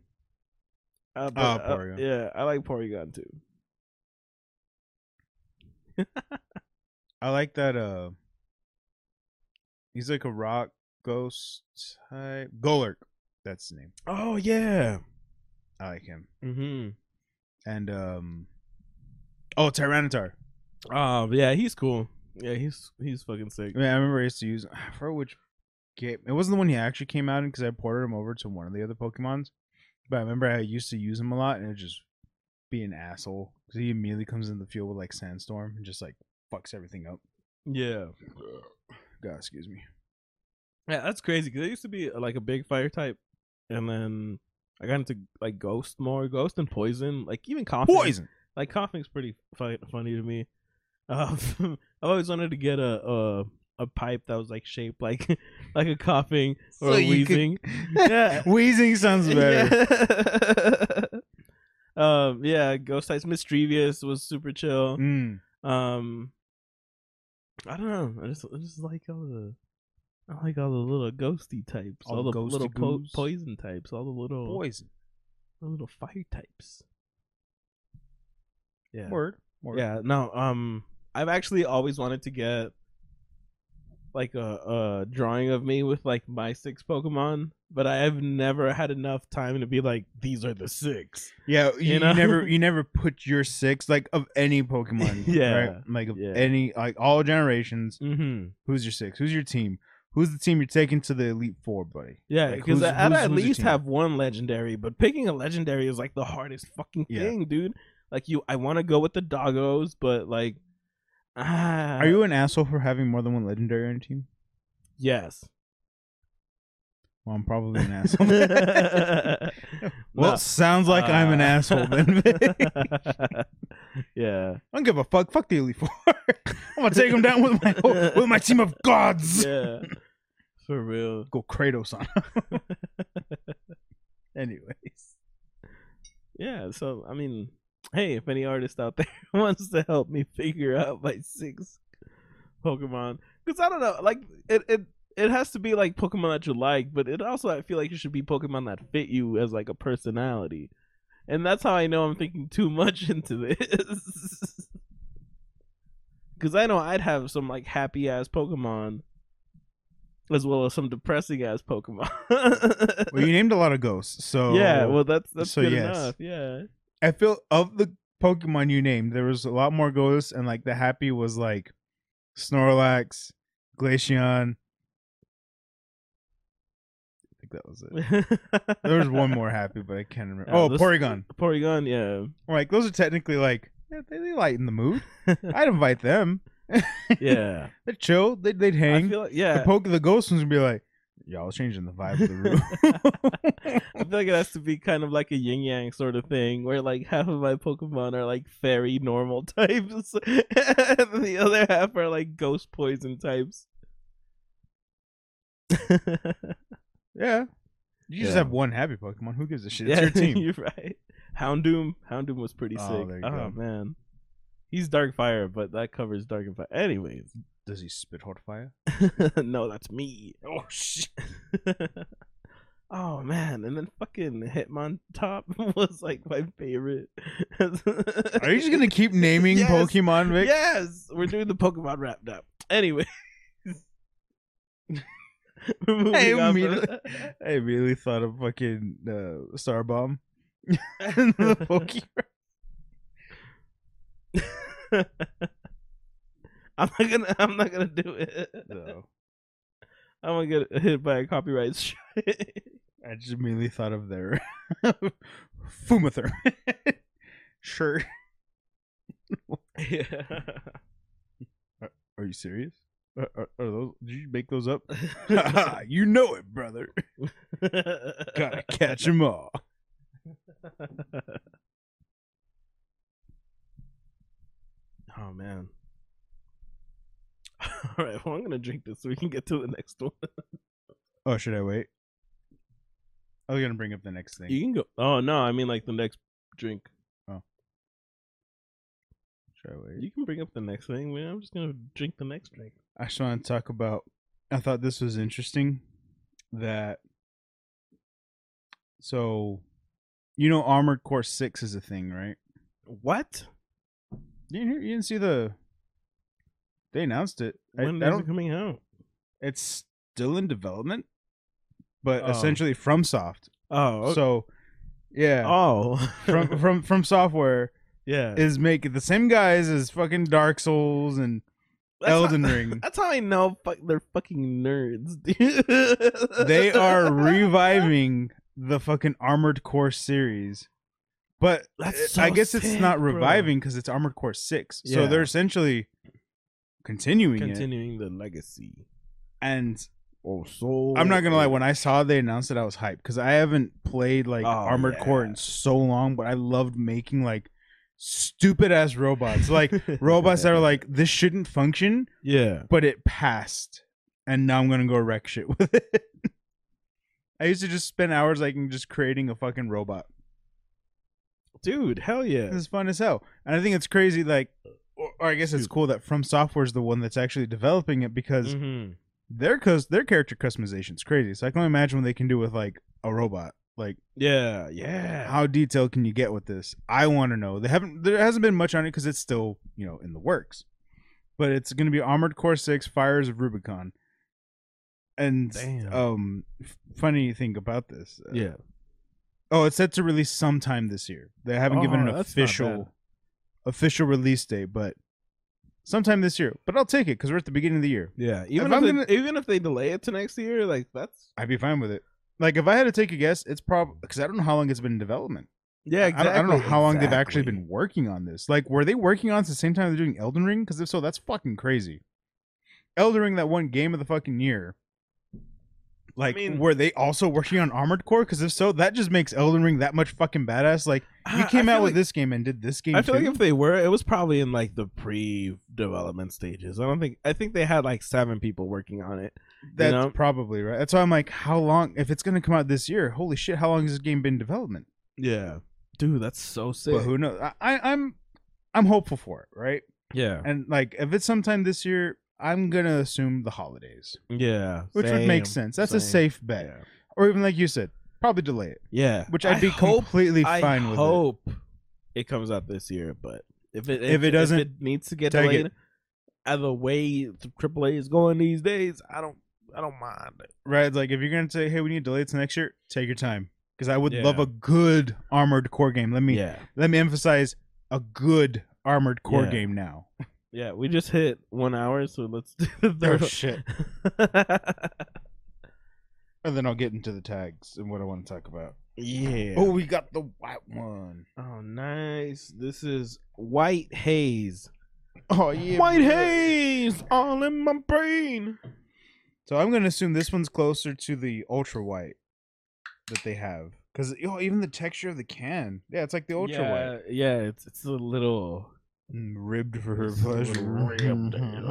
Uh, Oh, Porygon. yeah, I like Porygon too. I like that. Uh, he's like a rock ghost type. Golurk. That's the name. Oh yeah. I like him. Hmm. And um, oh, Tyranitar. Oh yeah, he's cool. Yeah, he's he's fucking sick. I, mean, I remember I used to use I forgot which game. It wasn't the one he actually came out in because I ported him over to one of the other Pokemons. But I remember I used to use him a lot and it just be an asshole because he immediately comes in the field with like Sandstorm and just like fucks everything up. Yeah. God, excuse me. Yeah, that's crazy because I used to be uh, like a big fire type, and then I got into like ghost more, ghost and poison, like even coughing. Poison. Like coughing's pretty fu- funny to me. Um, I've always wanted to get a, a a pipe that was like shaped like like a coughing or So a you could- wheezing. Yeah. Wheezing sounds better. Yeah. um, yeah, Ghost Sights Mischievous was super chill. Mm. Um, I don't know. I just, I just like all the, I like all the little ghosty types, all, All the ghosty little po- goos. poison types, all the little, Poison. the little fire types. Yeah. Word. Word. Yeah, no. Um, I've actually always wanted to get like a, a drawing of me with like my six Pokemon, but I have never had enough time to be like, these are the six. Yeah, You you, you know? never you never put your six like of any Pokemon. Yeah. right? like of Yeah. any like all generations. Mm-hmm. Who's your six? Who's your team? Who's the team you're taking to the Elite Four, buddy? Yeah, Like, because who's- who's- I'd at who's your least team? have one legendary, but picking a legendary is like the hardest fucking Yeah. thing, dude. Like you, I want to go with the doggos, but like, ah, Are you an asshole for having more than one legendary on your team? Yes. Well, I'm probably an asshole. well, well, sounds like I'm Uh. an asshole then. I yeah. don't give a fuck. Fuck the Elite Four. I'm gonna take them down with my with my team of gods. Yeah. For real. Go Kratos on. 'em. Anyways, Yeah, so I mean, hey, if any artist out there wants to help me figure out my six Pokemon, because I don't know, like it, it it has to be like Pokemon that you like, but it also I feel like it should be Pokemon that fit you as like a personality, and that's how I know I'm thinking too much into this. Because I know I'd have some like happy ass Pokemon, as well as some depressing ass Pokemon. well, you named a lot of ghosts, so yeah, well that's that's So good yes. enough. Yeah. I feel of the Pokemon you named, there was a lot more ghosts, and like the happy was like Snorlax, Glaceon. I think that was it. There was one more happy, but I can't remember. Yeah, oh, those- Porygon. Porygon, yeah. Like those are technically like eh, they, they lighten the mood. I'd invite them. yeah. They're chill. They'd, they'd I hang. feel like, the yeah. poke the ghost ones would be like, y'all changing the vibe of the room. I feel like it has to be kind of like a yin yang sort of thing where like half of my Pokemon are like fairy normal types and the other half are like ghost poison types. yeah. You just Yeah. have one happy Pokemon. Who gives a shit? yeah, It's your team. you're right. Houndoom. Houndoom was pretty Oh, sick. there you go. oh man. He's Dark Fire, but that covers Dark and Fire. Anyways. Does he spit hot fire? no, that's me. Oh shit. oh man, and then fucking Hitmon Top was like my favorite. Are you just gonna keep naming Yes. Pokemon, Vic? Yes, we're doing the Pokemon wrap now. Anyway. We're moving I on from immediately, that. I immediately thought of fucking uh, Starbomb and the Pokemon. I'm not gonna I'm not gonna do it. No. I'm gonna get hit by a copyright strike. I just immediately thought of their Fumather. sure. yeah. Are you serious? Are, are, are those? Did you make those up? you know it, brother. Gotta catch 'em all. oh man. All right, well I'm gonna drink this so we can get to the next one. Oh, should I wait? I was gonna bring up the next thing. You can go. Oh no, I mean like the next drink. Should I wait? You can bring up the next thing, man. I'm just gonna drink the next drink. I just want to talk about. I thought this was interesting that. So, you know, Armored Core Six is a thing, right? What? You didn't, hear, you didn't see the. They announced it. I, I When is it don't. coming out? It's still in development, but Oh. essentially from Soft. Oh. okay. So, yeah, oh. from from from software yeah. is making the same guys as fucking Dark Souls and That's Elden how, Ring. That's how I know fuck, they're fucking nerds, dude. they are reviving the fucking Armored Core series. But That's it- so eh, I guess sick, it's not bro. reviving because it's Armored Core 6. Yeah. So they're essentially continuing it. continuing the legacy. And Oh, so I'm not going to lie, when I saw they announced it, I was hyped because I haven't played like Oh, Armored Core yeah. in so long, but I loved making like stupid ass robots, like robots that are like this shouldn't function, yeah. but it passed, and now I'm gonna go wreck shit with it. I used to just spend hours like in just creating a fucking robot. Dude, hell yeah. It's fun as hell, and I think it's crazy. Like, or, or I guess it's Dude. cool that From Software is the one that's actually developing it because Mhm. their cus- their character customization is crazy. So I can only imagine what they can do with like a robot. Like Yeah, yeah. how detailed can you get with this? I want to know. They haven't there hasn't been much on it because it's still you know in the works, but it's going to be Armored Core Six: Fires of Rubicon. And Damn. um, f- funny thing about this, uh, yeah. Oh, it's set to release sometime this year. They haven't given Oh, an that's not bad. official official release date, but sometime this year. But I'll take it because we're at the beginning of the year. Yeah. Even If if, I'm they, gonna- even if they delay it to next year, like that's I'd be fine with it. Like if I had to take a guess, it's probably because I don't know how long it's been in development. yeah, I don't, I don't know how long they've actually been working on this. Like, were they working on it at the same time they're doing Elden Ring? Because if so, that's fucking crazy. Elden Ring, that one game of the fucking year. Like, mean- were they also working on Armored Core? Because if so, that just makes Elden Ring that much fucking badass. Like, you came out with this game and did this game. I feel too? like if they were, it was probably in like the pre-development stages. I don't think I think they had like seven people working on it. That's know? probably right. That's why I'm like, how long? If it's gonna come out this year, holy shit, how long has this game been in development? Yeah, dude, that's so sick. But who knows? I, I, I'm, I'm hopeful for it, right? yeah, And like, if it's sometime this year, I'm gonna assume the holidays, yeah, which would make same, sense. That's a same. safe bet, Yeah. or even like you said, probably delay it, yeah, which I'd I be hope, completely I fine with. it. hope it comes out this year, but if it If it doesn't, it needs to get take delayed. Out of the way the AAA is going these days, I don't, I don't mind. it. Right? It's Like, if you're gonna say, hey, we need to delay it to next year, take your time, because I would Yeah. love a good armored core game. Let me yeah, let me emphasize a good armored core Yeah. game now. yeah, we just hit one hour, so let's do the third. Oh, shit. one. And then I'll get into the tags and what I want to talk about. yeah. Oh, we got the white one. Oh, nice. This is White Haze. Oh yeah. White bro. Haze! All in my brain! So I'm gonna assume this one's closer to the ultra white that they have. Cause oh, even the texture of the can. Yeah, it's like the ultra yeah, white. Yeah, it's, it's a little. Mm, ribbed for her it's a pleasure. little rammed. Mhm.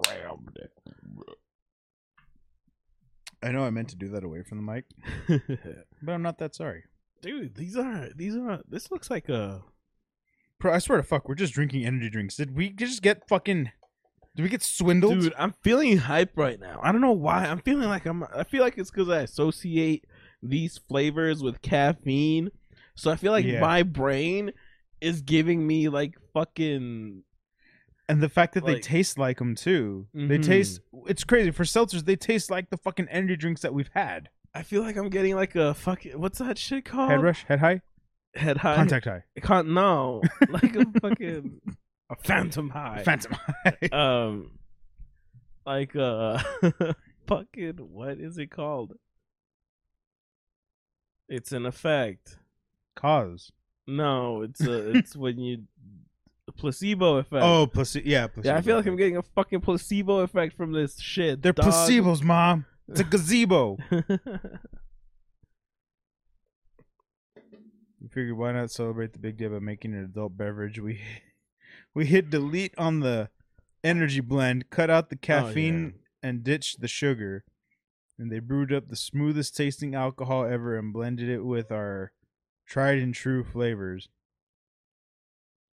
Mm-hmm. I know I meant to do that away from the mic, Rammed. but I'm not that sorry. Dude, these are. These are. This looks like a. Bro, I swear to fuck, we're just drinking energy drinks. Did we just get fucking? Did we get swindled? Dude, I'm feeling hype right now. I don't know why. I'm feeling like I'm. I feel like it's because I associate these flavors with caffeine. So I feel like Yeah. my brain is giving me like fucking And the fact that they Like- taste like them too. They Mhm. taste. It's crazy for seltzers. They taste like the fucking energy drinks that we've had. I feel like I'm getting like a fucking what's that shit called? Head rush, head high, Head high. contact high, Con- no, like a fucking a phantom high. phantom high. um, like uh, fucking what is it called? It's an effect. Cause. No, it's a it's when you a placebo effect. Oh, placebo. Yeah, placebo. yeah, I feel like I'm getting a fucking placebo effect from this shit. They're dog. placebos, mom. It's a gazebo. you figure why not celebrate the big day by making an adult beverage? We we hit delete on the energy blend, cut out Oh, the caffeine, and ditched the sugar. And they brewed up the smoothest tasting alcohol ever and blended it with our tried and true flavors.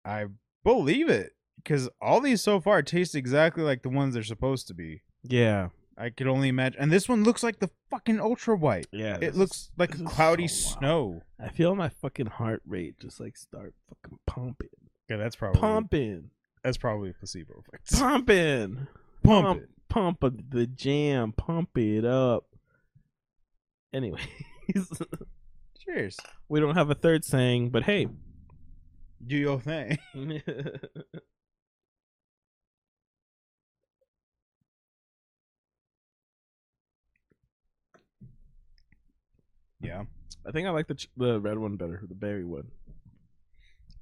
I believe it because all these so far taste exactly like the ones they're supposed to be. Yeah, I could only imagine. And this one looks like the fucking ultra white. yeah. this It is- looks like this a is cloudy so wild. snow. I feel my fucking heart rate just like start fucking pumping, Yeah, that's probably pumping, that's probably a placebo effect. pumping, Pump it. pump of the jam, pump it up. Anyways, Cheers. we don't have a third saying, but hey, Do your thing. Yeah. I think I like the ch- the red one better, the berry one.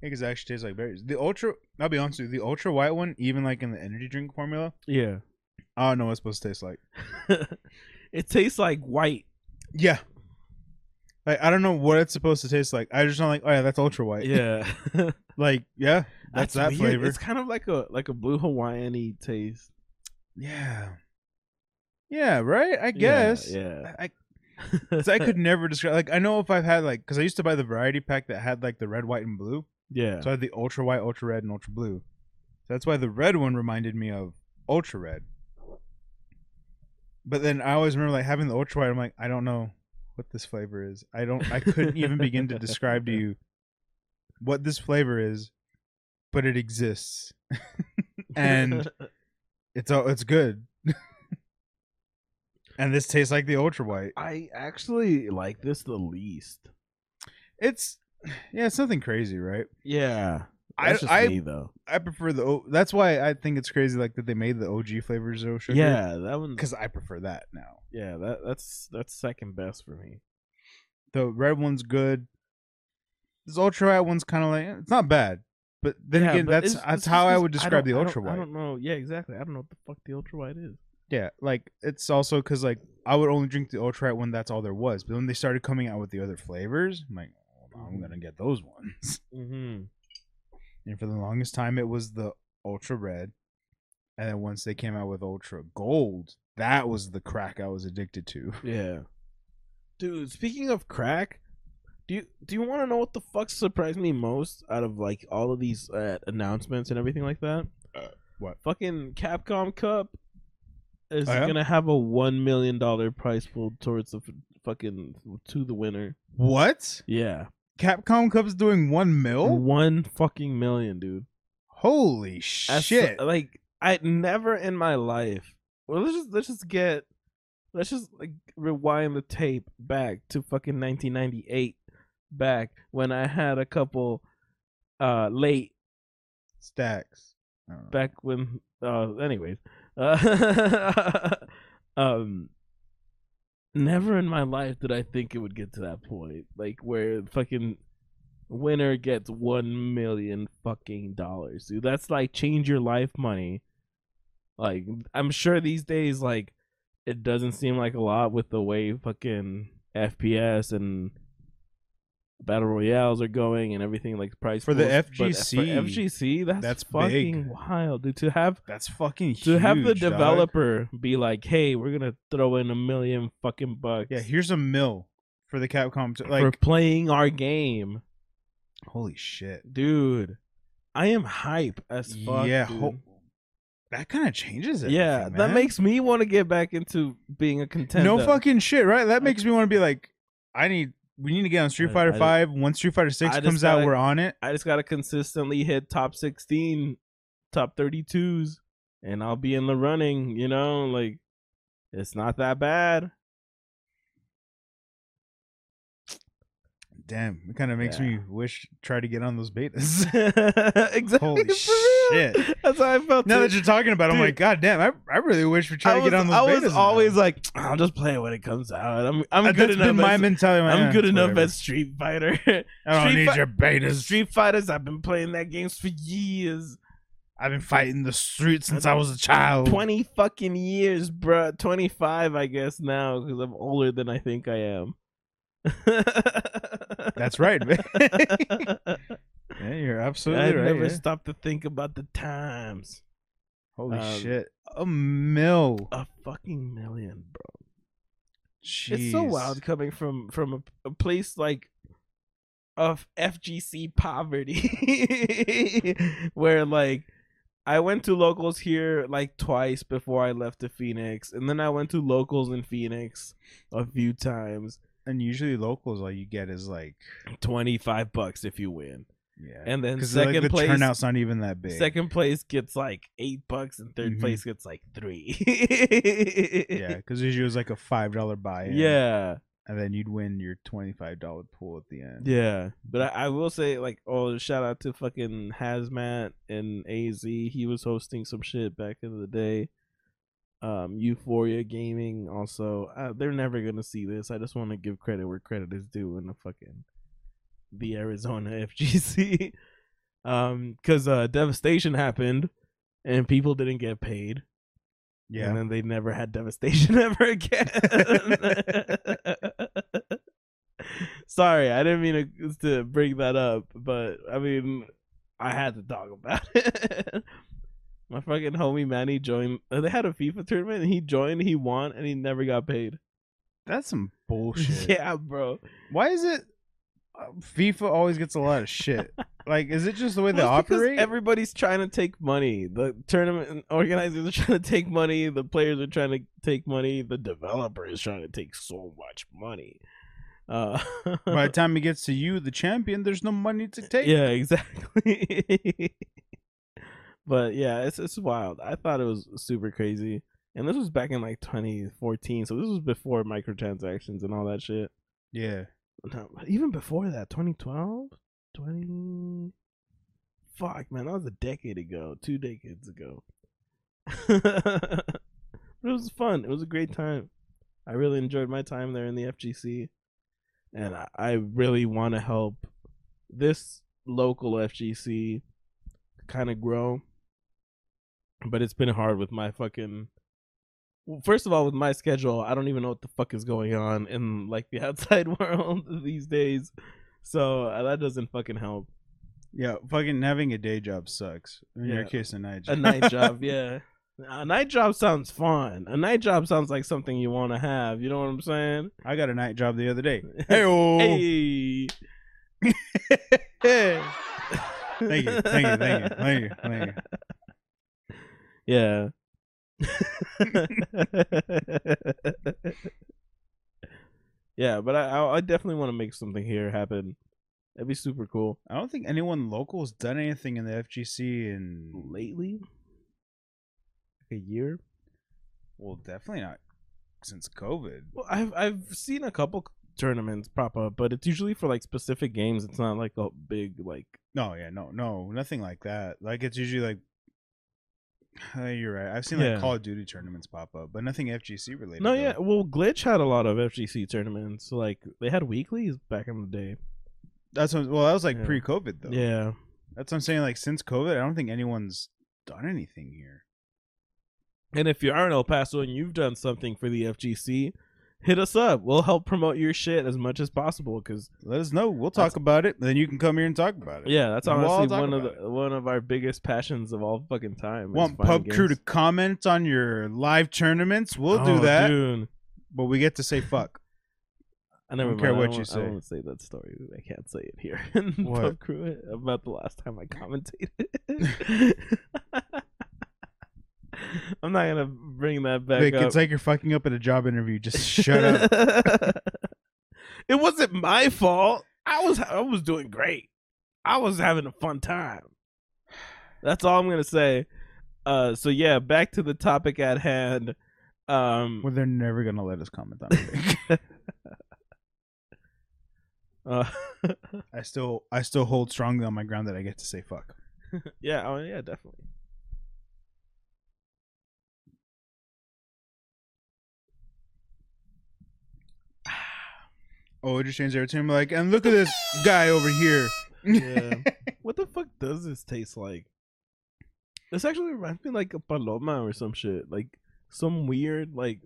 Because it actually tastes like berries. The ultra I'll be honest with you, the ultra white one, even like in the energy drink formula, Yeah, I don't know what it's supposed to taste like. it tastes like white. Yeah. Like I don't know what it's supposed to taste like. I just don't like. Oh yeah, that's ultra white. Yeah, that's, Like yeah, that's, that weird. flavor. It's kind of like a like a blue Hawaiian taste. Yeah. Yeah. Right. I Yeah, guess. Yeah. I, So I could never describe. Like I know if I've had like because I used to buy the variety pack that had like the red, white, and blue. yeah. So I had the ultra white, ultra red, and ultra blue. So that's why the red one reminded me of ultra red. But then I always remember like having the ultra white. I'm like I don't know what this flavor is. I don't. I couldn't even begin to describe to you what this flavor is, but it exists and- it's all it's good. and this tastes like the ultra white. I actually like this the least. It's yeah, it's nothing crazy, right? Yeah. I- That's just I- me though. I prefer the O- that's why I think it's crazy like that they made the OG flavor zero sugar. Yeah, that one. because I prefer that now. Yeah, that that's that's second best for me. The red one's good. This ultra white one's kind of like eh, it's not bad, but then Yeah, again, but that's it's- that's it's how just- I would describe don't- the I don't- ultra I white. don't know. Yeah, exactly. I don't know what the fuck the ultra white is. Yeah, like it's also because like I would only drink the ultra white when that's all there was. But when they started coming out with the other flavors, I'm like, "Hold on, I'm Mhm. gonna get those ones. Mm-hmm. And for the longest time, it was the ultra red, and then once they came out with ultra gold, that was the crack I was addicted to. Yeah. Dude, speaking of crack, do you do you want to know what the fuck surprised me most out of like all of these uh, announcements and everything like that? Uh, what? Fucking Capcom Cup is Oh, yeah? gonna have a one million dollar prize pool towards the f- fucking to the winner. What? Yeah, Capcom Cup's doing one mil? one fucking million, dude. Holy As- shit! like I never in my life. Well, let's just let's just get let's just like rewind the tape back to fucking 1998 back when I had a couple uh late Stacks. I don't know. back when uh anyways. Uh, um never in my life did I think it would get to that point like where fucking winner gets 1 million fucking dollars. Dude, that's like change your life money. Like I'm sure these days like it doesn't seem like a lot with the way fucking FPS and battle royales are going and everything like price For the pools, but FGC, for FGC that's, that's fucking big. wild dude to have That's fucking huge. to have the dog. developer be like hey we're gonna throw in a million fucking bucks Yeah, here's a mil for the Capcom. T- for like, playing our game holy shit. dude I am hype as fuck yeah, dude. ho- that kind of changes it. yeah that makes me want to get back into being a contender no fucking shit, right? That I- makes me want to be like, I need. We need to get on Street I- Fighter I- Five. Once Street Fighter Six I just comes out, gotta- we're on it. I just gotta consistently hit top sixteen, top thirty twos, and I'll be in the running. You know, like it's not that bad. Damn, it kind of makes me Yeah. wish try to get on those betas. exactly. Holy for real. shit. That's how I felt. now too. that you're talking about, it, I'm Dude. like, God damn, I, I really wish we tried I to was, get on those I betas. was now." always like, I'll just play it when it comes out. I'm I'm Uh, good that's enough. been my as, mentality. I'm eh, good it's enough whatever. at Street Fighter. I don't Street need Fi- your betas. Street Fighters. I've been playing that games for years. I've been fighting the street since I was a child. 20 fucking years, bruh. 25, I guess, now, because I'm older than I think I am. That's right, man. I Yeah, you're absolutely right. never yeah. stopped to think about the times. Holy um, Uh, shit. A mill. A fucking million, bro. It's Jeez. so wild coming from from a, a place like of FGC poverty, where like I went to locals here like twice before I left to Phoenix, and then I went to locals in Phoenix a few times. And usually locals, all you get is like, Twenty five bucks if you win, yeah, and then because second like, the place. turnout's not even that big. Second place gets like eight bucks, and 3rd Mhm. place gets like three. yeah, because usually it was like a five dollar buy. yeah. and then you'd win your twenty five dollar pool at the end. Yeah, but I, I will say like, oh, shout out to fucking Hazmat and AZ. He was hosting some shit back in the day. Um, Euphoria Gaming also. Uh, they're never gonna see this. I just want to give credit where credit is due in the fucking the Arizona FGC. um, because uh, devastation happened, and people didn't get paid. Yeah, And then they never had devastation ever again. Sorry, I didn't mean to, to bring that up, but I mean, I had to talk about it. My fucking homie Manny joined. uh, They had a FIFA tournament, and he joined, he won, and he never got paid. That's some bullshit. Yeah, bro. Why is it uh, FIFA always gets a lot of shit? like, is it just the way they Well, it's because operate? Everybody's trying to take money. The tournament organizers are trying to take money. The players are trying to take money. The developer is trying to take so much money. Uh, By the time it gets to you, the champion, there's no money to take. yeah, exactly. but yeah, it's it's wild. I thought it was super crazy. And this was back in like 2014, so this was before microtransactions and all that shit. yeah. No, even before that, 2012, 20. Fuck, man, that was a decade ago, two decades ago. but it was fun. It was a great time. I really enjoyed my time there in the FGC, and I, I really want to help this local FGC kind of grow. But it's been hard with my fucking. Well, first of all, with my schedule, I don't even know what the fuck is going on in like the outside world these days, so uh, that doesn't fucking help. Yeah, fucking having a day job sucks. In your Yeah. case, a night A job. night job, yeah. A night job sounds fun. A night job sounds like something you want to have. You know what I'm saying? I got a night job the other day. Hey, Hey. thank you, thank you, thank you, thank you, thank you. Yeah. yeah, but I, I I definitely want to make something here happen. That'd be super cool. I don't think anyone local has done anything in the FGC in Lately, like a year. well, definitely not since COVID. Well, I've I've seen a couple tournaments pop up, but it's usually for like specific games. It's not like a big like. No, yeah, no, no, nothing like that. Like it's usually like Uh, you're right. I've seen like Yeah. Call of Duty tournaments pop up, but nothing FGC related. No, though. yeah. Well, Glitch had a lot of FGC tournaments. Like they had weeklies back in the day. that's what, well, that was like Yeah. pre-COVID though. Yeah. that's what I'm saying. Like since COVID, I don't think anyone's done anything here. And if you are in El Paso and you've done something for the FGC, hit us up. We'll help promote your shit as much as possible. Cause Let us know. We'll That's- talk about it. Then you can come here and talk about it. yeah, that's We'll all honestly talk one of about the, one of our biggest passions of all fucking time. is Want finding pub crew to games. comment on your live tournaments? We'll do Oh, that. dude. But we get to say fuck. I never don't care mind. what I you won't- say. I won't say that story. I can't say it here. in What? Pub crew eh, about the last time I commentated. I'm not gonna bring that back Vic, up. it's like you're fucking up at a job interview. Just shut up. up. it wasn't my fault. I was I was doing great. I was having a fun time. That's all I'm gonna say. Uh, so yeah, back to the topic at hand. Um, Well, they're never gonna let us comment on it. Vic. uh, I still, I still hold strongly on my ground that I get to say fuck. yeah, oh yeah, definitely. Oh, it just changed every time. Like, and look at this guy over here. Yeah. what the fuck does this taste like? This actually reminds me like a paloma or some shit, like some weird like.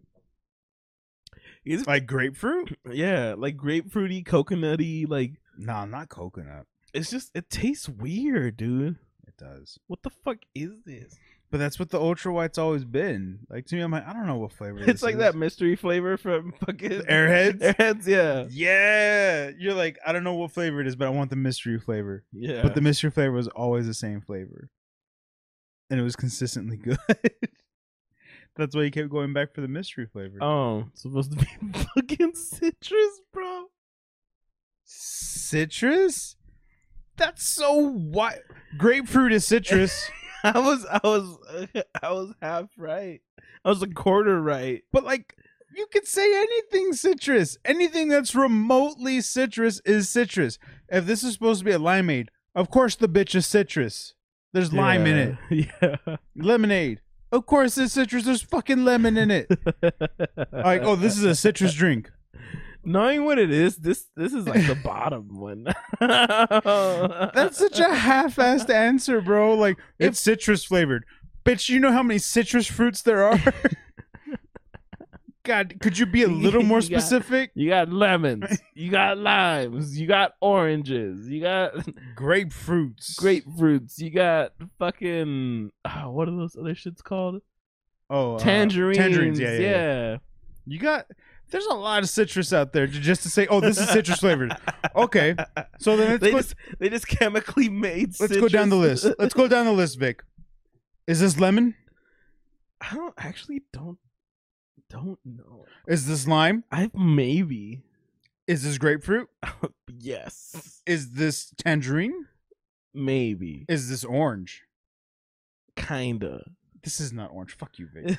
It's, Like grapefruit? yeah, like grapefruity, coconutty, like Nah, not coconut. it's just it tastes weird, dude. It does. What the fuck is this? But that's what the ultra white's always been. Like to me, I'm like, I don't know what flavor. It's this like is. that mystery flavor from fucking Airheads? Airheads, yeah, Yeah, you're like, I don't know what flavor it is, but I want the mystery flavor. yeah. But the mystery flavor was always the same flavor. And it was consistently good. That's why you kept going back for the mystery flavor. oh, it's supposed to be fucking citrus, bro. citrus? That's so what grapefruit is citrus, I was, I was, I was half right. I was a quarter right. but like you could say anything citrus. Anything that's remotely citrus is citrus. If this is supposed to be a limeade, of course the bitch is citrus. There's lime in it. it. Yeah. Lemonade. Of course it's citrus. There's fucking lemon in it. like, oh, this is a citrus drink. knowing what it is. This this is like the bottom one. That's That's such a half-assed answer, bro. Like If- it's citrus flavored. Bitch, you know how many citrus fruits there are? God, could you be a little more You got- specific? You got lemons. You got limes. You got oranges. You got Grapefruits. grapefruits. You got fucking ah, what are those other shits called? Oh, uh, Tangerines. Tangerines. Yeah, yeah, yeah. yeah. You got. There's a lot of citrus out there j- just to say, oh, this is citrus flavored. Okay, so then let's they go, just they just chemically made. let's go down the citrus. list. Let's go down the list, Vic. Is this lemon? I don't actually don't don't know. Is this lime? I maybe Is this grapefruit? yes Is this tangerine? maybe Is this orange? kinda. This is not orange. Fuck you, Vic.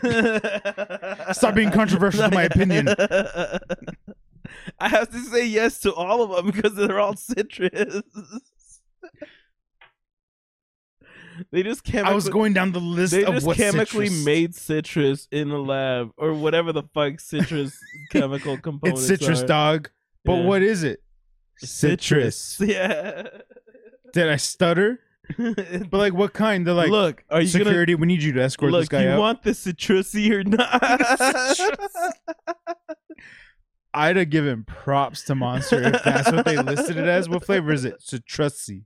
Stop being controversial to my opinion. I have to say yes to all of them because they're all citrus. they just chemically I was going down the list they of just what chemically citrus. made citrus in the lab or whatever the fuck citrus chemical components It's citrus, are. dog. But Yeah. what is it? citrus. Yeah. Did I stutter? But like, what kind? They're like, look, are you gonna security. we need you to escort look? this guy you out. want the citrusy or not? I'd have given props to Monster if that's what they listed it as. What flavor is it? Citrusy.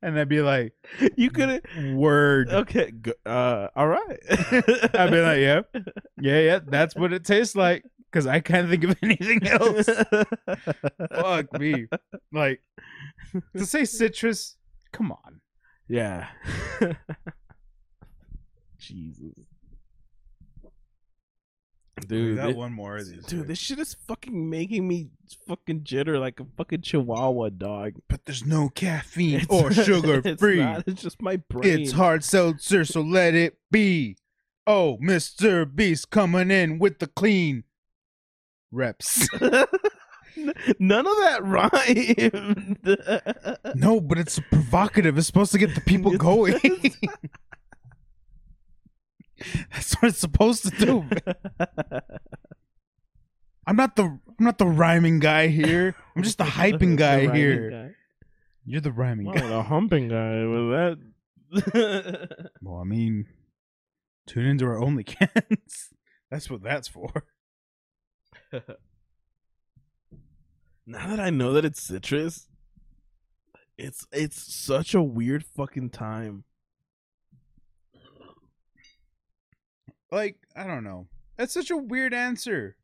And I'd be like, you couldn't. word. Okay. g- Uh, all right. I'd be like, yeah, yeah, yeah. That's what it tastes like. Because I can't think of anything else. Fuck me. Like to say citrus. Come on. yeah. Jesus. Dude, it- one more dude, this shit is fucking making me fucking jitter like a fucking chihuahua dog. but there's no caffeine It's- or sugar it's free. not, it's just my brain. It's hard seltzer, so let it be. Oh, Mr. Beast coming in with the clean reps. None of that rhymed. no, but it's provocative. It's supposed to get the people going. That's what it's supposed to do. I'm not the I'm not the rhyming guy here. I'm just the hyping guy rhyming here. guy. You're the rhyming Wow, guy. the humping guy with that. Well, I mean, tune into our OnlyCans. That's what that's for. now that I know that it's citrus, it's it's such a weird fucking time. Like, I don't know. That's such a weird answer.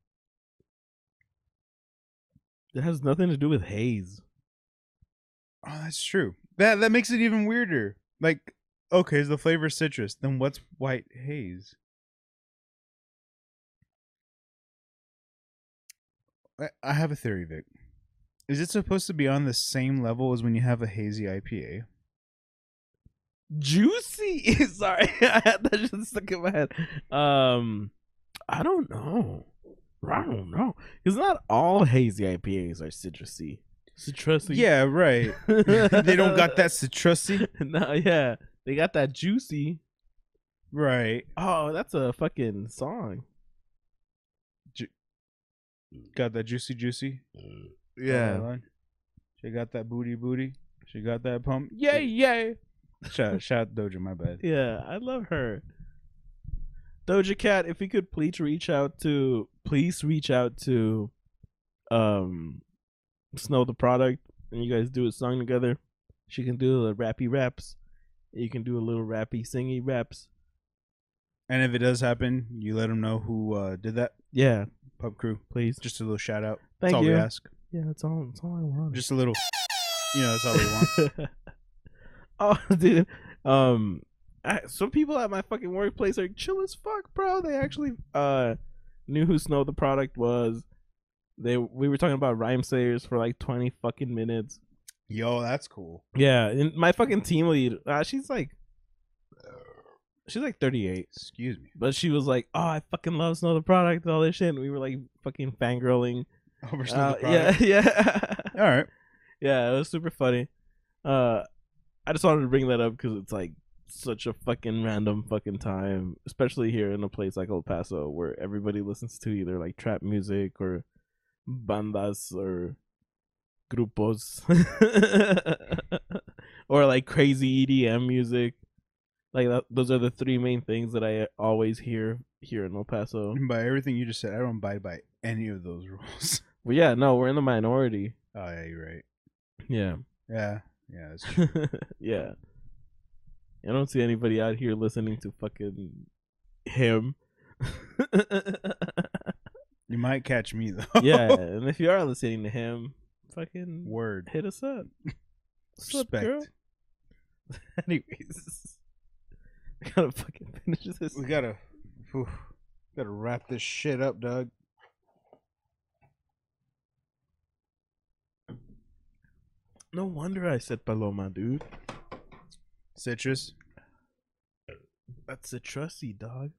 It has nothing to do with haze. Oh, that's true. That that makes it even weirder. Like, okay, is the flavor citrus? Then what's white haze? I, I have a theory, Vic. Is it supposed to be on the same level as when you have a hazy IPA? Juicy. Sorry, I had that just stuck in my head. Um, I don't know. I don't know. Because not all hazy IPAs are citrusy. Citrusy. Yeah, right. they don't got that citrusy. no, yeah, they got that juicy. Right. Oh, that's a fucking song. Got that juicy juicy. Got that line. She got that booty booty. She got that pump. Yay, yay. Shout shout out Doja, my bad. Yeah, I love her. Doja Cat, if you could please reach out to please reach out to um Snow the product and you guys do a song together. She can do the rappy raps. You can do a little rappy singy raps. And if it does happen, you let them know who uh, did that. Yeah, Pub crew. please. Just a little shout out. that's Thank all we you. ask. Yeah, that's all that's all I want. Just a little. You know, that's all we want. oh, dude. Um, I, some people at my fucking workplace are chill as fuck, bro. They actually uh knew who Snow the product was. They we were talking about rhyme sayers for like twenty fucking minutes. Yo, that's cool. Yeah, and my fucking team lead, uh, she's like, she's like thirty eight. Excuse me. But she was like, "Oh, I fucking love Snow the product, all this shit." And we were like, fucking fangirling. Over Uh, the yeah, product. yeah. All right. Yeah, it was super funny. Uh, I just wanted to bring that up because it's like such a fucking random fucking time, especially here in a place like El Paso where everybody listens to either like trap music or bandas or grupos or like crazy EDM E music. Like that, those are the three main things that I always hear here in El Paso. By everything you just said, I don't abide by any of those rules. Well, yeah, no, we're in the minority. oh yeah, you're right. Yeah. Yeah, yeah. That's true. yeah. I don't see anybody out here listening to fucking him. you might catch me though. yeah, and if you are listening to him, fucking Word. hit us up. What's up, Respect. girl? Anyways, I gotta fucking finish this. We gotta, whew, gotta wrap this shit up, Doug. No wonder I said Paloma, dude. Citrus. That's a trusty dog.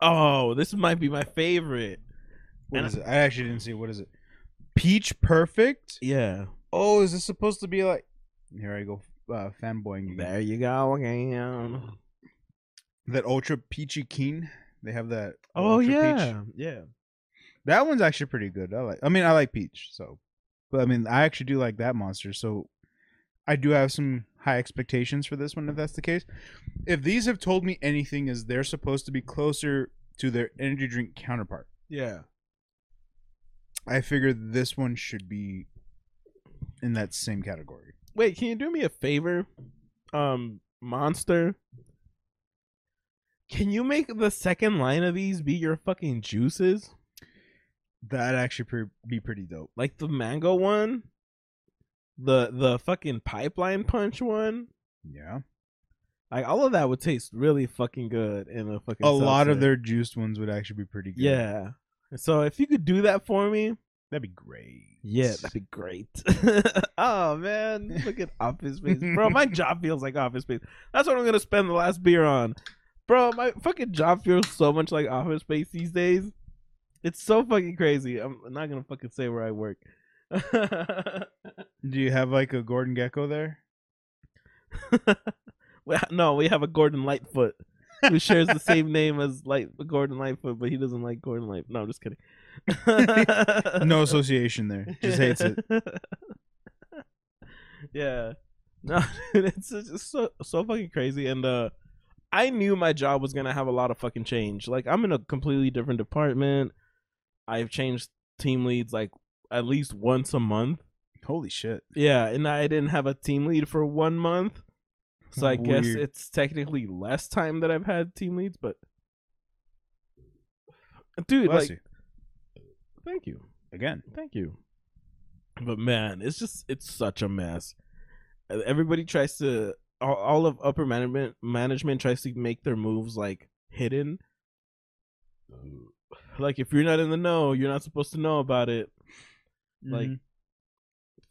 Oh, this might be my favorite. What And is it? I actually didn't see. it. What is it? Peach perfect. Yeah. Oh, is this supposed to be like? Here I go, uh, fanboying again. There you go again. That ultra peachy keen. They have that. Oh Ultra yeah, Peach. yeah. that one's actually pretty good. I like. I mean, I like peach. So, but I mean, I actually do like that monster. So, I do have some high expectations for this one. If that's the case, if these have told me anything, is they're supposed to be closer to their energy drink counterpart. Yeah. I figure this one should be in that same category. Wait, can you do me a favor? Um, monster. Can you make the second line of these be your fucking juices? That'd actually pre- be pretty dope. Like the mango one? The the fucking pipeline punch one? Yeah. Like all of that would taste really fucking good in a fucking A lot seltzer. of their juiced ones would actually be pretty good. Yeah. So if you could do that for me, That'd be great. yeah, that'd be great. oh man, look at office space, bro. My job feels like office space. That's what I'm gonna spend the last beer on, bro. My fucking job feels so much like office space these days. It's so fucking crazy. I'm not gonna fucking say where I work. Do you have like a Gordon Gecko there? Well, no, we have a Gordon Lightfoot who shares the same name as Light Gordon Lightfoot, but he doesn't like Gordon Light. No, I'm just kidding. No association there. Just hates it. yeah. No, dude, it's just it's so so fucking crazy. And uh I knew my job was gonna have a lot of fucking change. Like I'm in a completely different department. I've changed team leads like at least once a month. Holy shit. Yeah, and I didn't have a team lead for one month. So I guess Weird. it's technically less time that I've had team leads, but dude, Bless like you. thank you. Again. Thank you. But man, it's just it's such a mess. Uh, Everybody tries to all, all of upper management management tries to make their moves like hidden. Like if you're not in the know, you're not supposed to know about it. Like Mhm.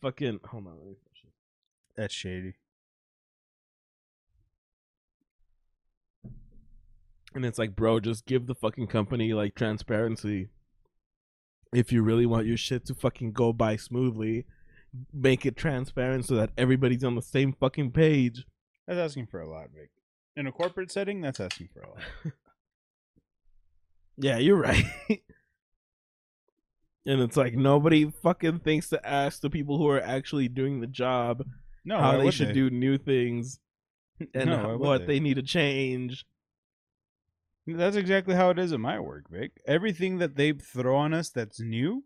fucking hold on. Let me that's shady. And it's like, bro, just give the fucking company like transparency. If you really want your shit to fucking go by smoothly, make it transparent so that everybody's on the same fucking page. That's asking for a lot, Vic. In a corporate setting, that's asking for a lot. Yeah, you're right. and it's like nobody fucking thinks to ask the people who are actually doing the job No, how why they would should do new things and No, why would what they? they need to change. That's exactly how it is at my work, Vic. Everything that they throw on us that's new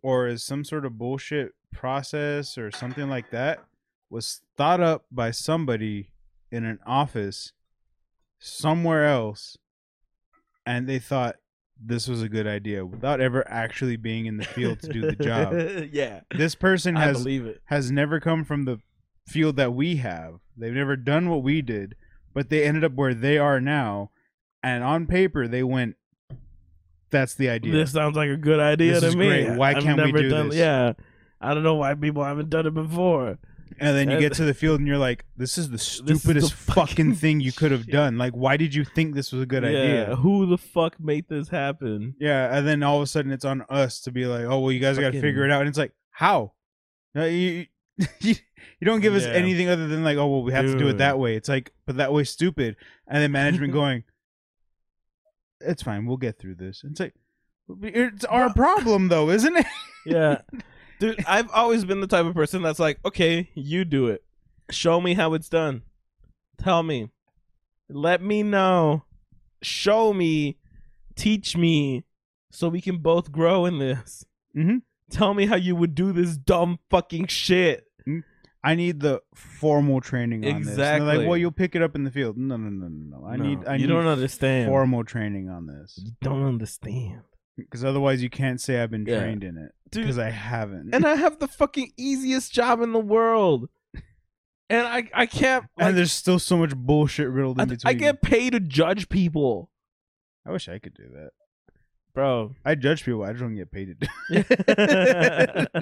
or is some sort of bullshit process or something like that was thought up by somebody in an office somewhere else and they thought this was a good idea without ever actually being in the field to do the job. yeah, This person I has believe it. has never come from the field that we have. They've never done what we did, but they ended up where they are now. And on paper, they went, "That's the idea." This sounds like a good idea This to is me. great. Why I've can't we never do done- this? Yeah, I don't know why people haven't done it before. and then you get to the field, and you're like, "This is the the stupidest fucking, fucking thing you could have shit." done. Like, why did you think this was a good yeah, idea?" who the fuck made this happen? Yeah, and then all of a sudden, it's on us to be like, "Oh well, you guys got to Fucking- figure it out." And it's like, "How?" No, you, you you don't give us Yeah. anything other than like, "Oh well, we have to do it Dude. that way." It's like, but that way's stupid. And then management going, "It's fine, we'll get through this." And it's like, it's our problem though, isn't it? Yeah, dude, I've always been the type of person that's like, okay, you do it. Show me how it's done. Tell me. Let me know. Show me. Teach me so we can both grow in this. Mhm. Tell me how you would do this dumb fucking shit. I need the formal training on this. And they're Exactly. like, well, you'll pick it up in the field. No, no, no, no, no. I No, need. I you need don't understand. formal training on this You don't understand. because otherwise you can't say I've been Yeah. trained in it Dude, because I haven't. and I have the fucking easiest job in the world. And I I can't And like, there's still so much bullshit riddled in I, between. I get paid to judge people. I wish I could do that. Bro. I judge people. I just don't get paid to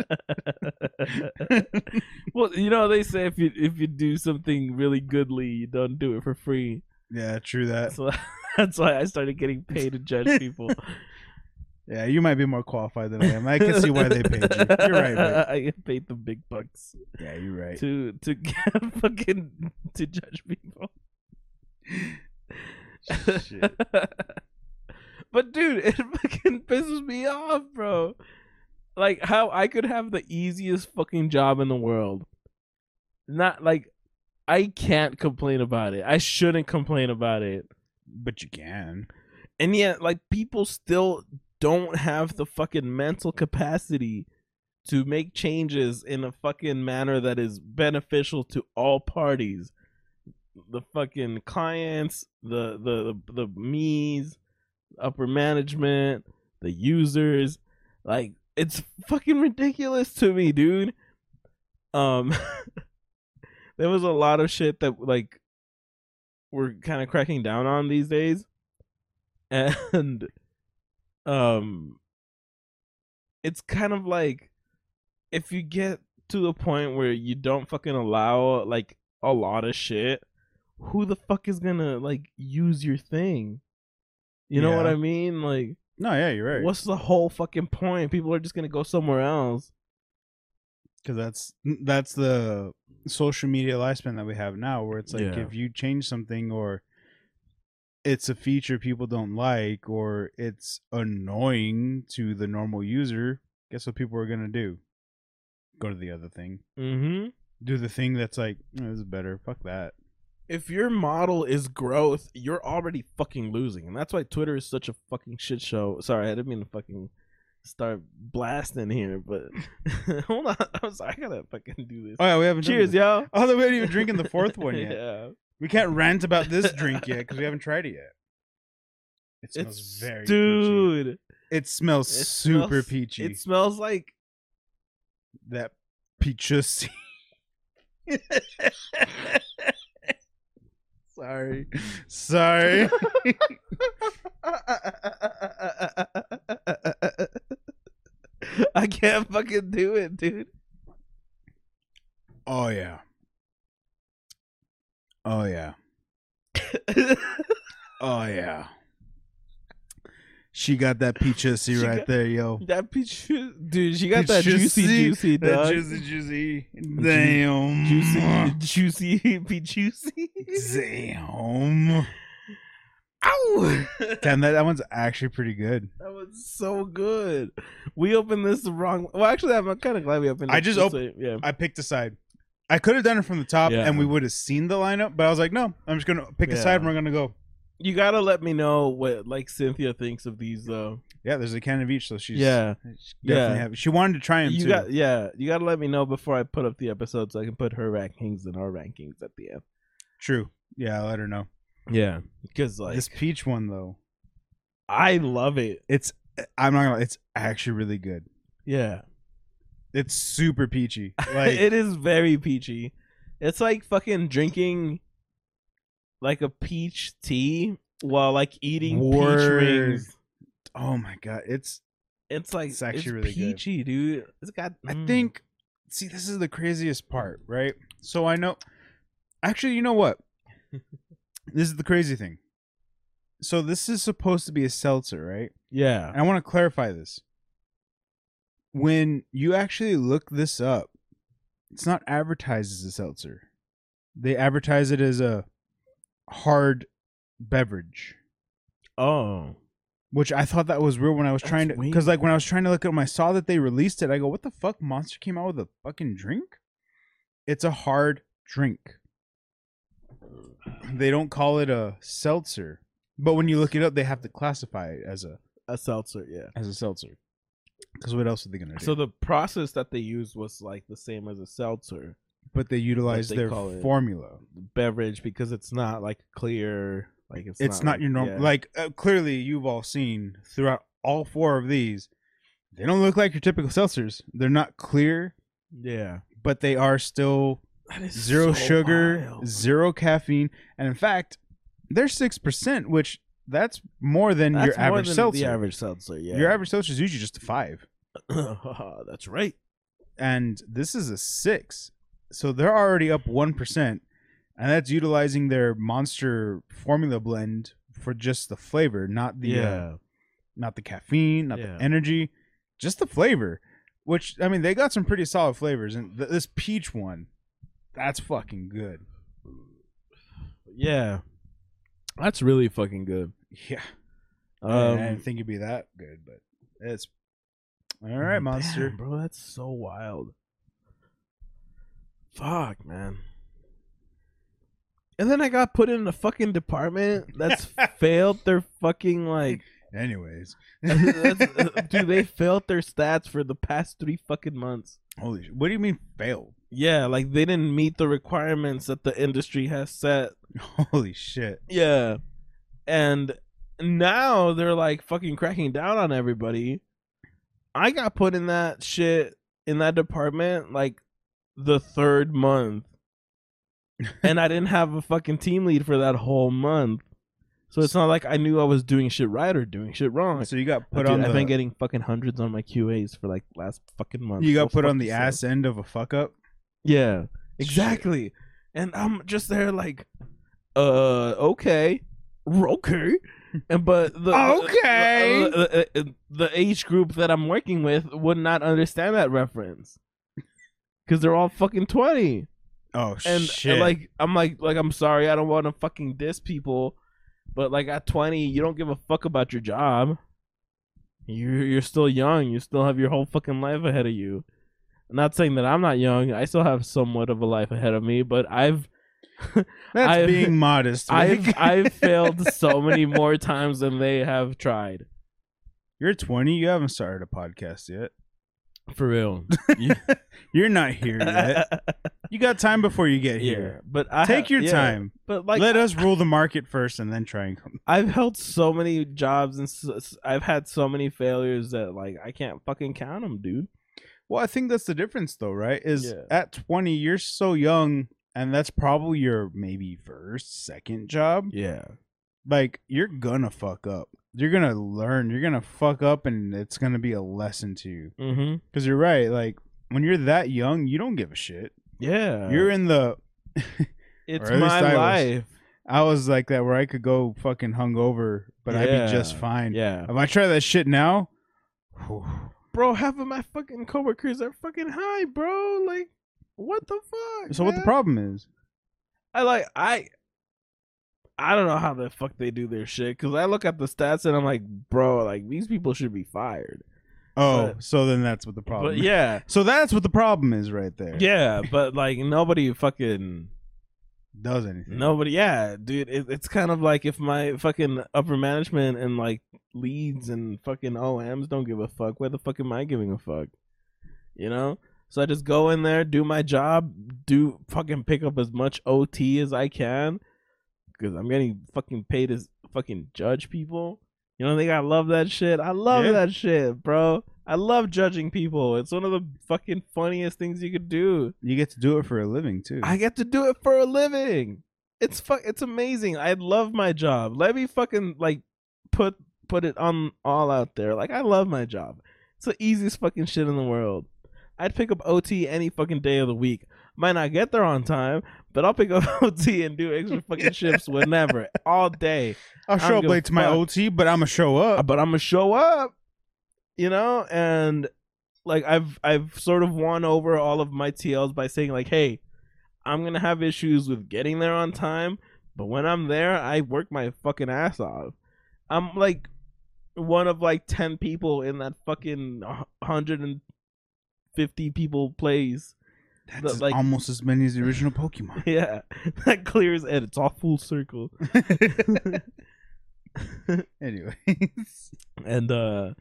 do. well, you know they say if you if you do something really goodly, you don't do it for free. Yeah, true that. So that's why I started getting paid to judge people. Yeah, you might be more qualified than I am. I can see why they paid you. You're right. Vic. I get paid the big bucks Yeah, you're right. to to get fucking to judge people. Shit. but dude, it fucking pisses me off, bro. Like how I could have the easiest fucking job in the world. Not like I can't complain about it. I shouldn't complain about it. But you can. And yet like people still don't have the fucking mental capacity to make changes in a fucking manner that is beneficial to all parties. The fucking clients, the the the, the me's, upper management, the users. Like it's fucking ridiculous to me, dude. Um there was a lot of shit that like we're kind of cracking down on these days. And um it's kind of like if you get to the point where you don't fucking allow like a lot of shit, who the fuck is going to like use your thing? You know what Yeah. I mean? Like No, yeah, you're right. What's the whole fucking point? People are just gonna go somewhere else. because that's mm, that's the social media lifespan that we have now where it's like Yeah. if you change something or it's a feature people don't like or it's annoying to the normal user guess what people are going to do go to the other thing Mm-hmm. do the thing that's like "Oh, this is better fuck that If your model is growth, you're already fucking losing, and that's why Twitter is such a fucking shit show. Sorry, I didn't mean to fucking start blasting here, but hold on, I'm sorry, I gotta fucking do this. oh yeah we haven't done Cheers, this. y'all. oh no, we haven't even drinking the fourth one yet yeah, we can't rant about this drink yet because we haven't tried it yet it smells it's very peachy. dude. it smells it super smells- peachy It smells like that peaches sorry. Sorry. I can't fucking do it, dude. oh yeah. Oh yeah. Oh yeah. She got that peaches She right got- there, yo. that peach, dude. She got that Peaches-y, juicy, juicy, That dog. juicy juicy. Damn. Juicy, juicy, be juicy. Damn. Ow! Damn, that, that one's actually pretty good. that was so good. We opened this the wrong. Well, actually, I'm kind of glad we opened. I it just this op- way. Yeah. I picked a side. I could have done it from the top Yeah. and we would have seen the lineup, but I was like, no, I'm just gonna pick a Yeah. side and we're gonna go. You gotta let me know what like Cynthia thinks of these though. Yeah, there's a can of each, so she's yeah. She definitely Yeah. have- She wanted to try him You too. got yeah, you gotta let me know before I put up the episode so I can put her rankings and our rankings at the end. True. Yeah, I let her know. Yeah. Because like this peach one though, I love it. it's I'm not gonna. lie, It's actually really good. Yeah. It's super peachy. Like it is very peachy. It's like fucking drinking like a peach tea while like eating Word. peach rings. oh my god, it's. It's like It's it's actually actually really good. peachy, dude. It's got I mm. think. See, this is the craziest part, right? So I know. Actually, you know what? this is the crazy thing. So this is supposed to be a seltzer, right? Yeah. And I want to clarify this. When you actually look this up, it's not advertised as a seltzer. They advertise it as a hard beverage, Oh. which I thought that was weird when I was That's trying to weird. because like when I was trying to look at them, I saw that they released it. I go, what the fuck? Monster came out with a fucking drink? It's a hard drink. They don't call it a seltzer, but when you look it up, they have to classify it as a A seltzer, yeah. as a seltzer. Because what else are they gonna do? So the process that they used was like the same as a seltzer but they utilize they their call it- formula. beverage because it's not like clear. Like it's, It's, not, like- your normal. yeah. Like uh, clearly, you've all seen throughout all four of these, they don't look like your typical seltzers. They're not clear, yeah, but they are still That is zero so sugar, wild. zero caffeine, and in fact, they're six percent, which that's more than That's your more average than seltzer. The average seltzer, yeah. Your average seltzer is usually just a five, That's right. and this is a six, so they're already up one percent, and that's utilizing their monster formula blend for just the flavor, not the uh, not the caffeine, not Yeah. the energy, just the flavor. Which I mean, they got some pretty solid flavors, and th- this peach one, that's fucking good. yeah. That's really fucking good. Yeah. Um, I didn't think it'd be that good, but it's all right, damn, monster. bro. That's so wild. Fuck, man. And then I got put in a fucking department that's failed their fucking like. Anyways, that's, uh, dude, they failed their stats for the past three fucking months. holy, shit. what do you mean failed? Yeah, like they didn't meet the requirements that the industry has set. Holy shit! Yeah. And now they're like fucking cracking down on everybody. I got put in that shit in that department like the third month. and I didn't have a fucking team lead for that whole month. So it's not like I knew I was doing shit right or doing shit wrong. So you got But put dude, on I've the been getting fucking hundreds on my QAs for like last fucking month. you Go got put fuck on the yourself. ass end of a fuck up. Yeah, Shit. exactly. And I'm just there like, uh, okay, okay, and but the Okay. the, the- the- the age group that I'm working with would not understand that reference because they're all fucking twenty. Oh And, shit! and like, I'm like, like I'm sorry, I don't want to fucking diss people, but like at twenty, you don't give a fuck about your job. You're you're still young. You still have your whole fucking life ahead of you. I'm not saying that I'm not young. I still have somewhat of a life ahead of me, but I've that's I've- being modest. I've Mike. I've failed so many more times than they have tried. You're 20. You haven't started a podcast yet. For real. You're not here yeah, yet. you got time before you get here. but I Take your yeah, time. But like, Let us rule the market first, and then try and come. I've held so many jobs and s- s- I've had so many failures that like I can't fucking count them, dude. Well, I think that's the difference, though, right? Is Yeah. at 20, you're so young, and that's probably your maybe first, second job. Yeah. Like, you're gonna fuck up. You're gonna learn. You're gonna fuck up, and it's gonna be a lesson to you. Mhm. Because you're right. Like, when you're that young, you don't give a shit. Yeah. you're in the. it's or at least I my was. life. I was like that where I could go fucking hungover, but I'd Yeah. be just fine. Yeah. If I try that shit now, whew, Bro, half of my fucking coworkers are fucking high, bro. Like what the fuck? so what the man? problem is? I like I I don't know how the fuck they do their shit cuz I look at the stats and I'm like, bro, like these people should be fired. Oh, But- so then that's what the problem. But is. yeah. So that's what the problem is right there. Yeah, but like nobody fucking does anything. nobody yeah, dude, it, it's kind of like if my fucking upper management and like leads and fucking OMs don't give a fuck, where the fuck am I giving a fuck? You know? So I just go in there, do my job, do fucking pick up as much OT as I can because I'm getting fucking paid as fucking judge people. You don't think I love that shit? I love Yeah. that shit, bro. I love judging people. It's one of the fucking funniest things you could do. You get to do it for a living too. I get to do it for a living. It's fu- it's amazing. I love my job. Let me fucking like put put it on all out there. Like I love my job. It's the easiest fucking shit in the world. I'd pick up OT any fucking day of the week. Might not get there on time, but I'll pick up OT and do extra fucking shifts whenever, all day. I'll don't show up give a late to my fuck. OT, but I'm gonna show up. Uh, But I'm gonna show up, you know. And like I've I've sort of won over all of my TLs by saying like, hey, I'm gonna have issues with getting there on time, but when I'm there, I work my fucking ass off. I'm like one of like ten people in that fucking hundred and fifty people place That's like- almost as many as the original Pokemon. Yeah, that clears it. It's all full circle. Anyways, and uh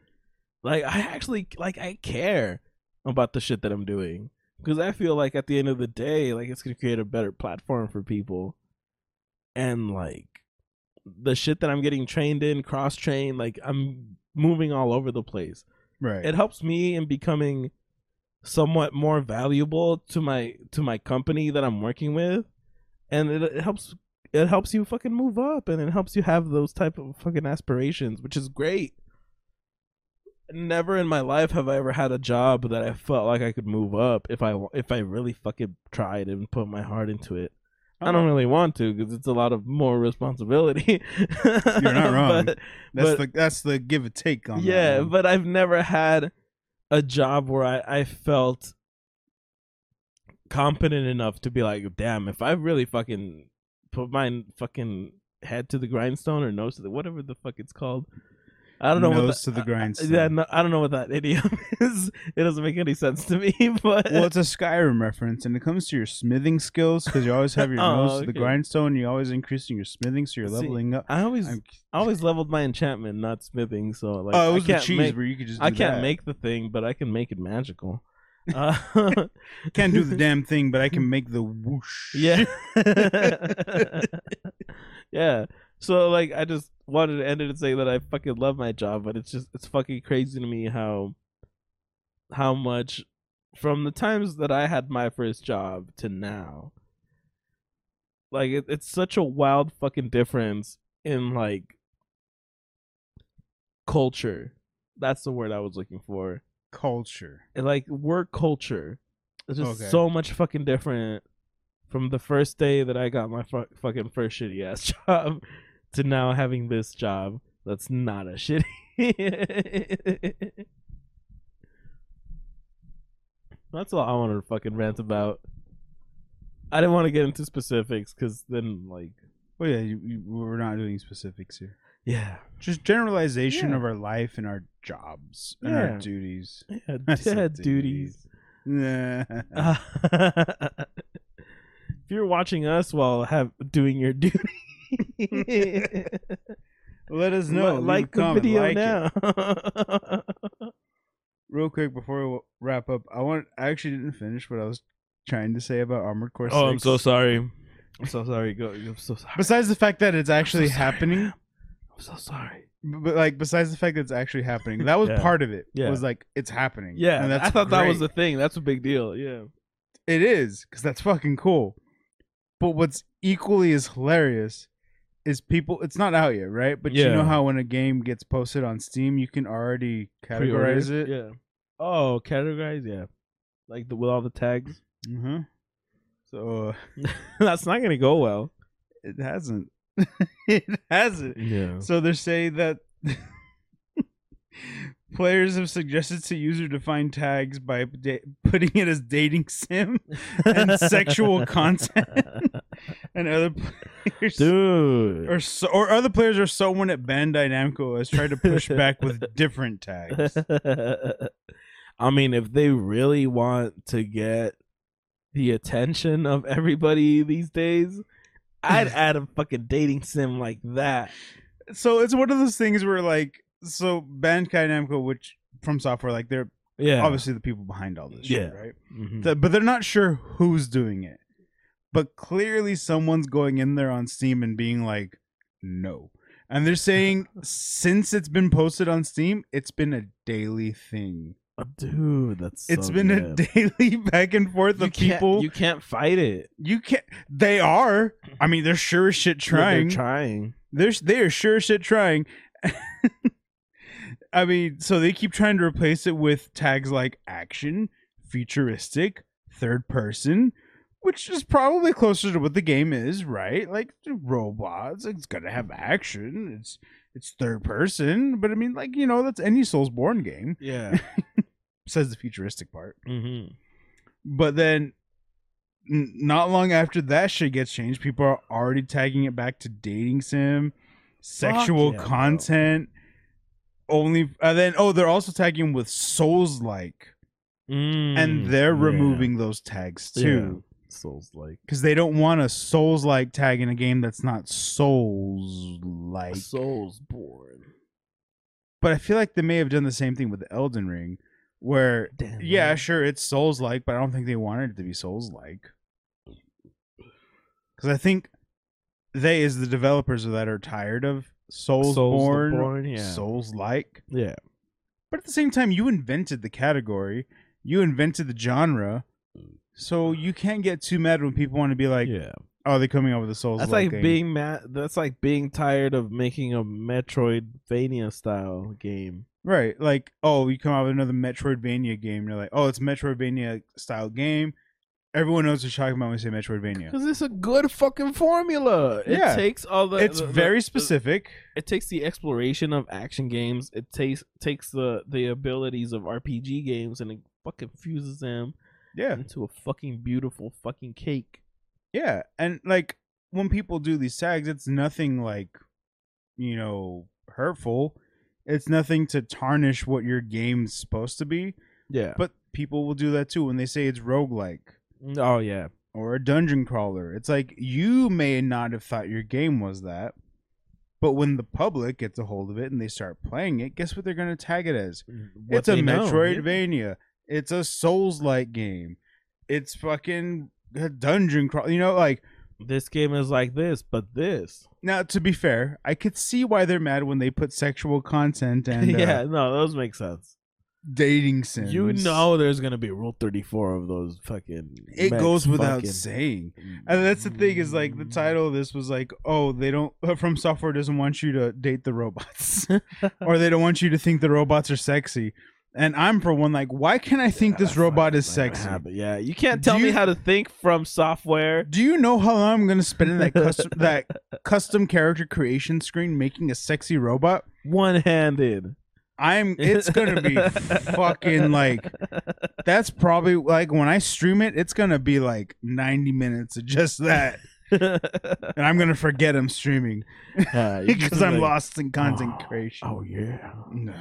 like i actually like i care about the shit that i'm doing because i feel like at the end of the day like it's gonna create a better platform for people and like the shit that i'm getting trained in cross trained like i'm moving all over the place right? it helps me in becoming somewhat more valuable to my to my company that i'm working with and it, it helps it helps you fucking move up and it helps you have those type of fucking aspirations which is great never in my life have i ever had a job that i felt like i could move up if i if i really fucking tried and put my heart into it i don't really want to because it's a lot of more responsibility you're not wrong. but, That's but- the that's the give and take on. that yeah one. but i've never had a job where I, I felt competent enough to be like damn if i really fucking put my fucking head to the grindstone or nose to the whatever the fuck it's called i don't know what Nose to the I- I- grindstone. yeah no, i don't know what that idiom is it doesn't make any sense to me but well, it's a Skyrim reference, and it comes to your smithing skills because you always have your Oh, nose to the okay. grindstone. You're always increasing your smithing, so you're See, leveling up. i always I'm- i always leveled my enchantment not smithing so like oh, it I was the can't cheese make, where you could just. Do i can't that. make the thing but i can make it magical uh, Can't do the damn thing, but I can make the whoosh. Yeah. yeah. So like I just wanted to end it and say that I fucking love my job, but it's just it's fucking crazy to me how how much from the times that I had my first job to now like it, it's such a wild fucking difference in like culture. That's the word I was looking for culture. and, like work culture is just Okay. so much fucking different from the first day that I got my fu- fucking first shitty ass job to now having this job that's not a shitty. that's all I wanted to fucking rant about. I didn't want to get into specifics because then, like, Well, yeah, you, you, we're not doing specifics here. yeah, Just generalization Yeah. of our life and our jobs and Yeah. our duties. yeah, I said dad duties. Nah. Uh, if you're watching us while have doing your duty, Let us know. Leave li- a like the comment, video like it. now. Real quick before we wrap up, I want. I actually didn't finish what I was trying to say about Armored Core. oh, I'm 6. so sorry. I'm so sorry. Go. I'm so sorry. Besides the fact that it's actually sorry, happening, man. I'm so sorry. but like besides the fact that it's actually happening, that was Yeah. part of it. Yeah. Was like it's happening. Yeah, and that's I thought that was great. the thing. That's a big deal. Yeah. It is, because that's fucking cool. But what's equally as hilarious is people, it's not out yet, right? But you know Yeah. how when a game gets posted on Steam, you can already Pre-order. categorize it? Yeah. Oh, categorize. Yeah. Like the with all the tags. Mm-hmm. So uh, That's not gonna go well. it hasn't. it hasn't. Yeah. So they're saying that players have suggested to user defined tags by da- putting it as dating sim and sexual content and other players. Dude. or so, or other players or someone at Bandai Namco has tried to push back with different tags. I mean, if they really want to get the attention of everybody these days, I'd add a fucking dating sim like that. So it's one of those things where like so Bandai Namco, which from software, like they're Yeah. obviously the people behind all this, shit, Yeah. right? Mhm. Th- but they're not sure who's doing it. But clearly, someone's going in there on Steam and being like, no. And they're saying since it's been posted on Steam, it's been a daily thing. Oh, Dude, that's It's so been good. a daily back and forth you of can't- people. You can't fight it. You can't. They are. I mean, they're sure as shit Yeah, they're trying. trying. They're they are sure as shit trying. I mean, so they keep trying to replace it with tags like action, futuristic, third person, which is probably closer to what the game is, right? Like robots, it's gonna have action. It's it's third person, but I mean, like you know, that's any Soulsborne game. Yeah. Says the futuristic part. hmm But then, n- not long after that shit gets changed, people are already tagging it back to dating sim, sexual yeah, bro. content. Only and then oh, they're also tagging with souls like and they're Mm, yeah. removing those tags too Souls like because they don't want a Souls like tag in a game that's not Souls like. Souls born. But I feel like they may have done the same thing with Elden Ring, where Damn. yeah, right. sure, it's Souls like, but I don't think they wanted it to be Souls like. Because I think they, as the developers of that, are tired of Souls born, Soulsborne, yeah. Souls like. Yeah. But at the same time, you invented the category, you invented the genre, so you can't get too mad when people want to be like, yeah. "Oh, they're coming up with a Souls." That's like game. being mad that's like being tired of making a Metroidvania style game. Right. Like, oh, you come out with another Metroidvania game. You're like, oh, it's a Metroidvania style game. Everyone knows what you're talking about when we say Metroidvania. Because it's a good fucking formula. Yeah. It takes all the It's the- the- very the- specific. it takes the exploration of action games. It takes takes the the abilities of RPG games and it fucking fuses them Yeah. into a fucking beautiful fucking cake. Yeah. And like when people do these tags, it's nothing like, you know, hurtful. It's nothing to tarnish what your game's supposed to be. Yeah. But people will do that too when they say it's roguelike oh yeah. or a dungeon crawler. It's like you may not have thought your game was that, but when the public gets a hold of it and they start playing it, guess what they're going to tag it as? What it's a they know, yeah. Metroidvania. It's a Souls-like game. It's fucking a dungeon crawl. You know, like This game is like this, but this. now to be fair, I could see why they're mad when they put sexual content and yeah, uh, no, those make sense. dating sims. You know, there's gonna be Rule Thirty Four of those fucking. it mechs goes without fucking- Mm. saying. And that's the thing is like the title of this was like, oh, they don't from software doesn't want you to date the robots, or they don't want you to think the robots are sexy. And I'm for one like, why can't I think Yeah, this that's robot fucking is not sexy? happening. Yeah, you can't Do tell me you- how to think from software. Do you know how long I'm gonna spend in that custom that custom character creation screen making a sexy robot? One-handed. I'm it's gonna be fucking like that's probably like when I stream it, it's gonna be like 90 minutes of just that, and I'm gonna forget I'm streaming. because I'm lost in content "Oh, creation. Oh yeah. no.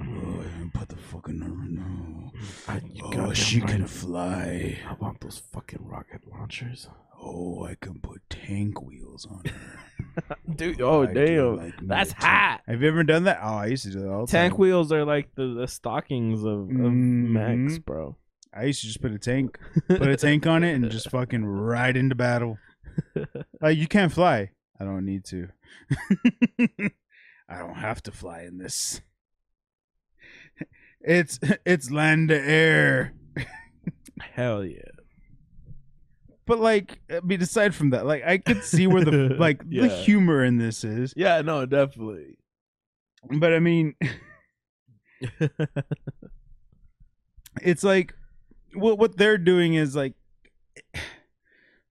Oh, yeah, put the fucking no. I, you Oh, goddamn she right. can fly. I want those fucking rocket launchers, Oh, I can put tank wheels on her. dude. Oh I do damn, like me that's a tank. hot. Have you ever done that? Oh, I used to do that all the Tank time. wheels are like the, the stockings of, of mechs, Mhm. bro. I used to just put a tank, put a tank on it, and just fucking ride into battle. Like you can't fly. I don't need to. I don't have to fly in this. It's it's land to air. Hell yeah. But like, I mean, aside from that, like, I could see where the like the Yeah. humor in this is. Yeah, no, definitely. But I mean, it's like what what they're doing is like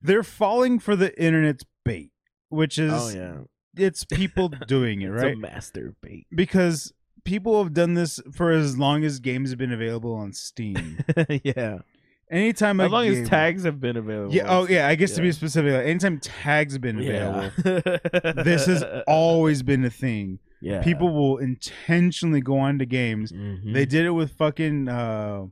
they're falling for the internet's bait, which is oh yeah, it's people doing it It's a right master bait. because people have done this for as long as games have been available on Steam. yeah, Anytime as a long game- as tags have been available. Yeah. Oh, yeah. I guess to Yeah. be specific, like, anytime tags have been available, available. this has always been a thing. yeah. people will intentionally go on to games. Mhm. They did it with fucking uh,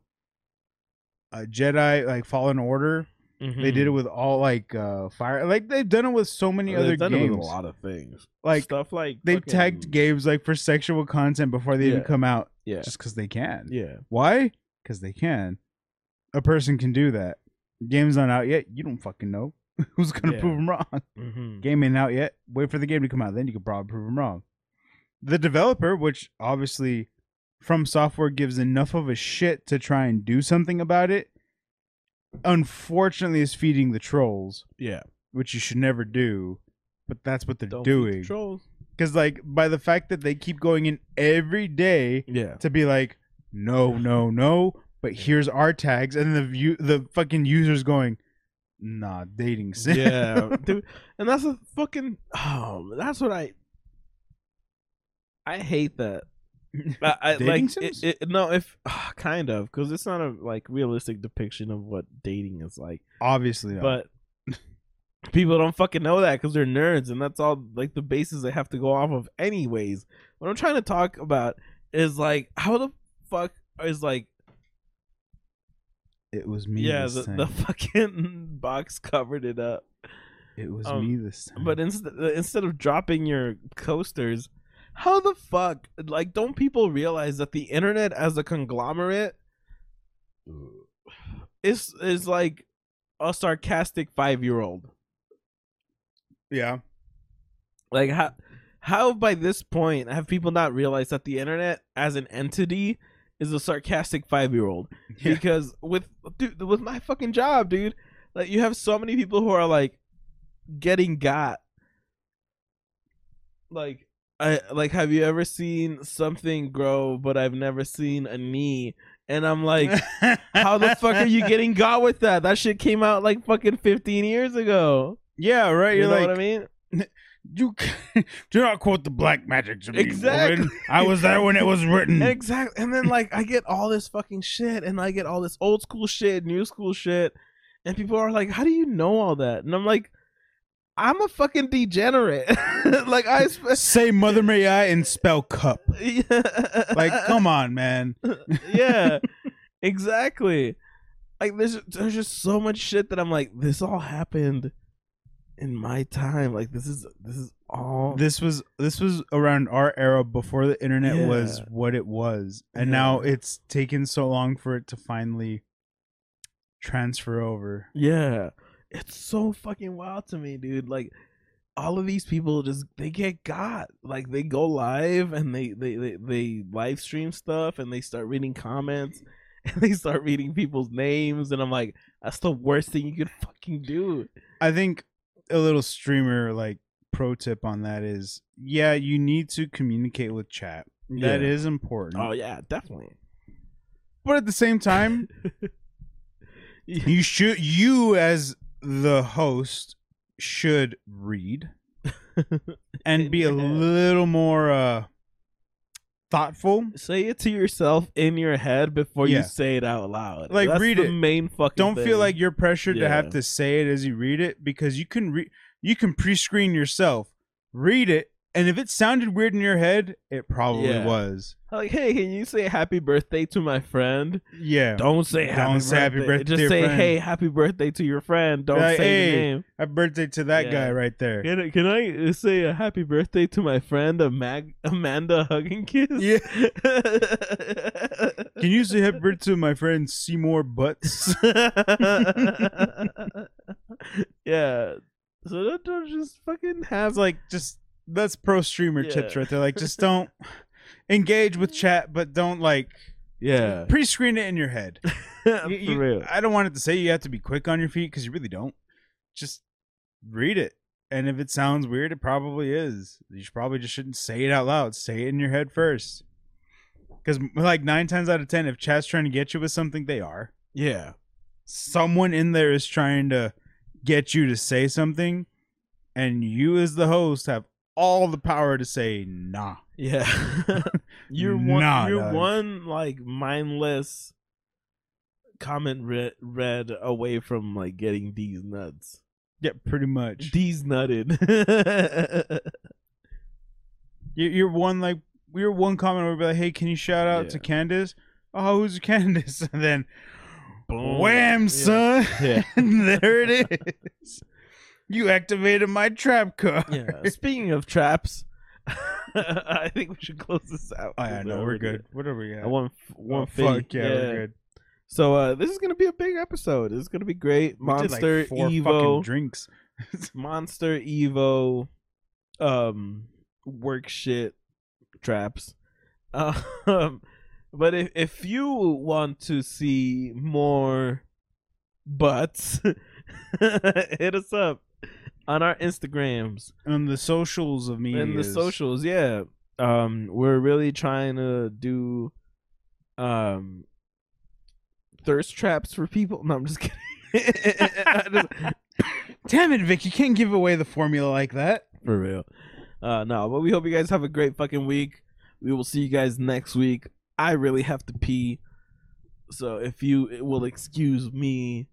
uh Jedi like Fallen Order. Mm-hmm. They did it with all like uh Fire. Like they've done it with so many Mm. They've other done it with games. a lot of things. Like stuff like they've fucking- tagged games like for sexual content before they even Yeah. come out, Yeah, just because they can. yeah. Why? Because they can. A person can do that. Game's not out yet. You don't fucking know who's gonna Yeah. prove 'em wrong. Mm-hmm. game ain't out yet. Wait for the game to come out, then you can probably prove them wrong. The developer, which obviously from software gives enough of a shit to try and do something about it, unfortunately is feeding the trolls, Yeah, which you should never do. But that's what they're Don't feed the doing. trolls. Because like by the fact that they keep going in every day Yeah, to be like, no, no, no, but here's our tags, and the view the fucking users going, nah, dating sim. yeah, dude. And that's a fucking. Oh, that's what I. I hate that. I, I, Dating like sims? It, it, no, if ah, kind of because it's not a like realistic depiction of what dating is like. Obviously, not. but people don't fucking know that because they're nerds and that's all like the basis they have to go off of anyways what i'm trying to talk about is like how the fuck is like It was me. yeah, this the, time. the fucking box covered it up. it was um, me this time. But instead, instead of dropping your coasters, how the fuck? Like, don't people realize that the internet as a conglomerate is is like a sarcastic five year old? yeah, Like, how how by this point have people not realized that the internet as an entity is a sarcastic five year old? yeah, because with dude, with my fucking job, dude, like you have so many people who are like getting got. Like I like have you ever seen something grow but I've never seen a knee? And I'm like, how the fuck are you getting got with that? That shit came out like fucking 15 years ago. Yeah, right. You You're know like what I mean? you. Do not quote the black magic to me. woman. Exactly. I was there when it was written. Exactly. And then like I get all this fucking shit and I get all this old school shit, new school shit, and people are like, "How do you know all that?" And I'm like, "I'm a fucking degenerate." like I Say mother may I and spell cup. yeah. Like, come on, man. yeah. Exactly. Like there's there's just so much shit that I'm like, this all happened in my time. Like this is this is all This was this was around our era before the internet Yeah. was what it was, and Yeah. now it's taken so long for it to finally transfer over. Yeah. It's so fucking wild to me, dude. Like all of these people just they get got. Like they go live and they they they, they live stream stuff and they start reading comments and they start reading people's names and I'm like, that's the worst thing you could fucking do. I think a little streamer like pro tip on that is yeah, you need to communicate with chat. That Yeah. is important. Oh yeah, definitely. But at the same time, you should you as the host should read and be a Yeah. little more uh thoughtful. Say it to yourself in your head before Yeah. you say it out loud. Like, That's read the it. main fucking Don't feel thing. like you're pressured to have Yeah. to say it as you read it because you can read you can pre-screen yourself. Read it and if it sounded weird in your head, it probably Yeah. was. like, hey, can you say happy birthday to my friend? Yeah. Don't say happy Don't birthday. say happy birthday to Just your say friend. hey, happy birthday to your friend. Don't Like, say hey. the name. Happy birthday to that Yeah. guy right there. Can I, can I say a happy birthday to my friend Amag- Amanda Hugging Kiss? Yeah. Can you say happy birthday to my friend Seymour Butts? yeah. So that don't just fucking have It's like just that's pro streamer tips Yeah. right there. Like just don't engage with chat, but don't like yeah pre-screen it in your head. for You- you- real. I don't want it to say you have to be quick on your feet because you really don't. Just read it, and if it sounds weird, it probably is. You should probably just shouldn't say it out loud. Say it in your head first, because like nine times out of ten, if chat's trying to get you with something, they are. Yeah. someone in there is trying to get you to say something, and you as the host have all the power to say nah. Yeah. you're one Nah, you're dog. one like mindless comment re- read away from like getting these nuts. Yeah, pretty much. These nutted. You- You're one like you're one comment would be like, "Hey, can you shout out to Candace?" Oh, who's Candace? And then Boom. wham, Yeah. son, Yeah. there it is. You activated my trap card. Yeah. Speaking of traps, I think we should close this out. Oh yeah, no, we're good. What are we I at? want Oh, one fuck yeah, we're good. So uh, this is gonna be a big episode. This is gonna be great. We did, Monster like, four fucking Evo. drinks. Monster Evo um work shit traps. Um but if if you want to see more butts hit us up on our Instagrams And the socials of me and the is- socials, yeah. Um we're really trying to do um thirst traps for people. No, I'm just kidding. I just- Damn it, Vic, you can't give away the formula like that. For real. Uh no, but we hope you guys have a great fucking week. We will see you guys next week. I really have to pee. So if you will excuse me,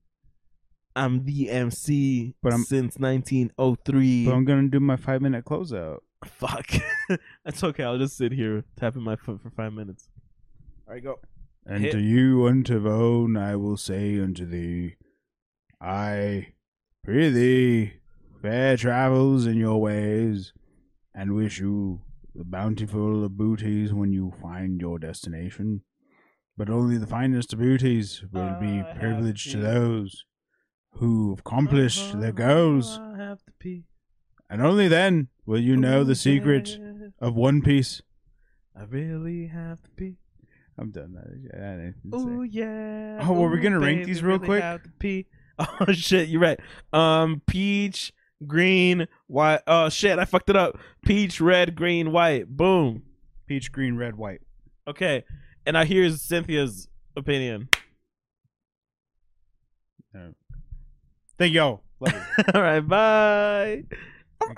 I'm the MC But I'm- since 1903. But I'm gonna do my five minute closeout. Fuck. That's okay. I'll just sit here tapping my foot for 5 minutes. All right, go. And Hit- to you unto thine I will say unto thee, I pray thee fair travels in your ways, and wish you the bountiful of booties when you find your destination. But only the finest of booties will be I have privileged to to- those who accomplish Uh-huh, their goals, I have to pee. and only then will you know the secret Yes, of One Piece. I really have to pee. I'm done. That. I didn't say. Oh yeah. Oh, were we Ooh, gonna rank babe, these we real really quick? have to pee. Oh shit, you're right. Um, peach, green, white. Oh shit, I fucked it up. Peach, red, green, white. Boom. Peach, green, red, white. Okay, and now here's Cynthia's opinion. Thank y'all. Love you. All right, bye.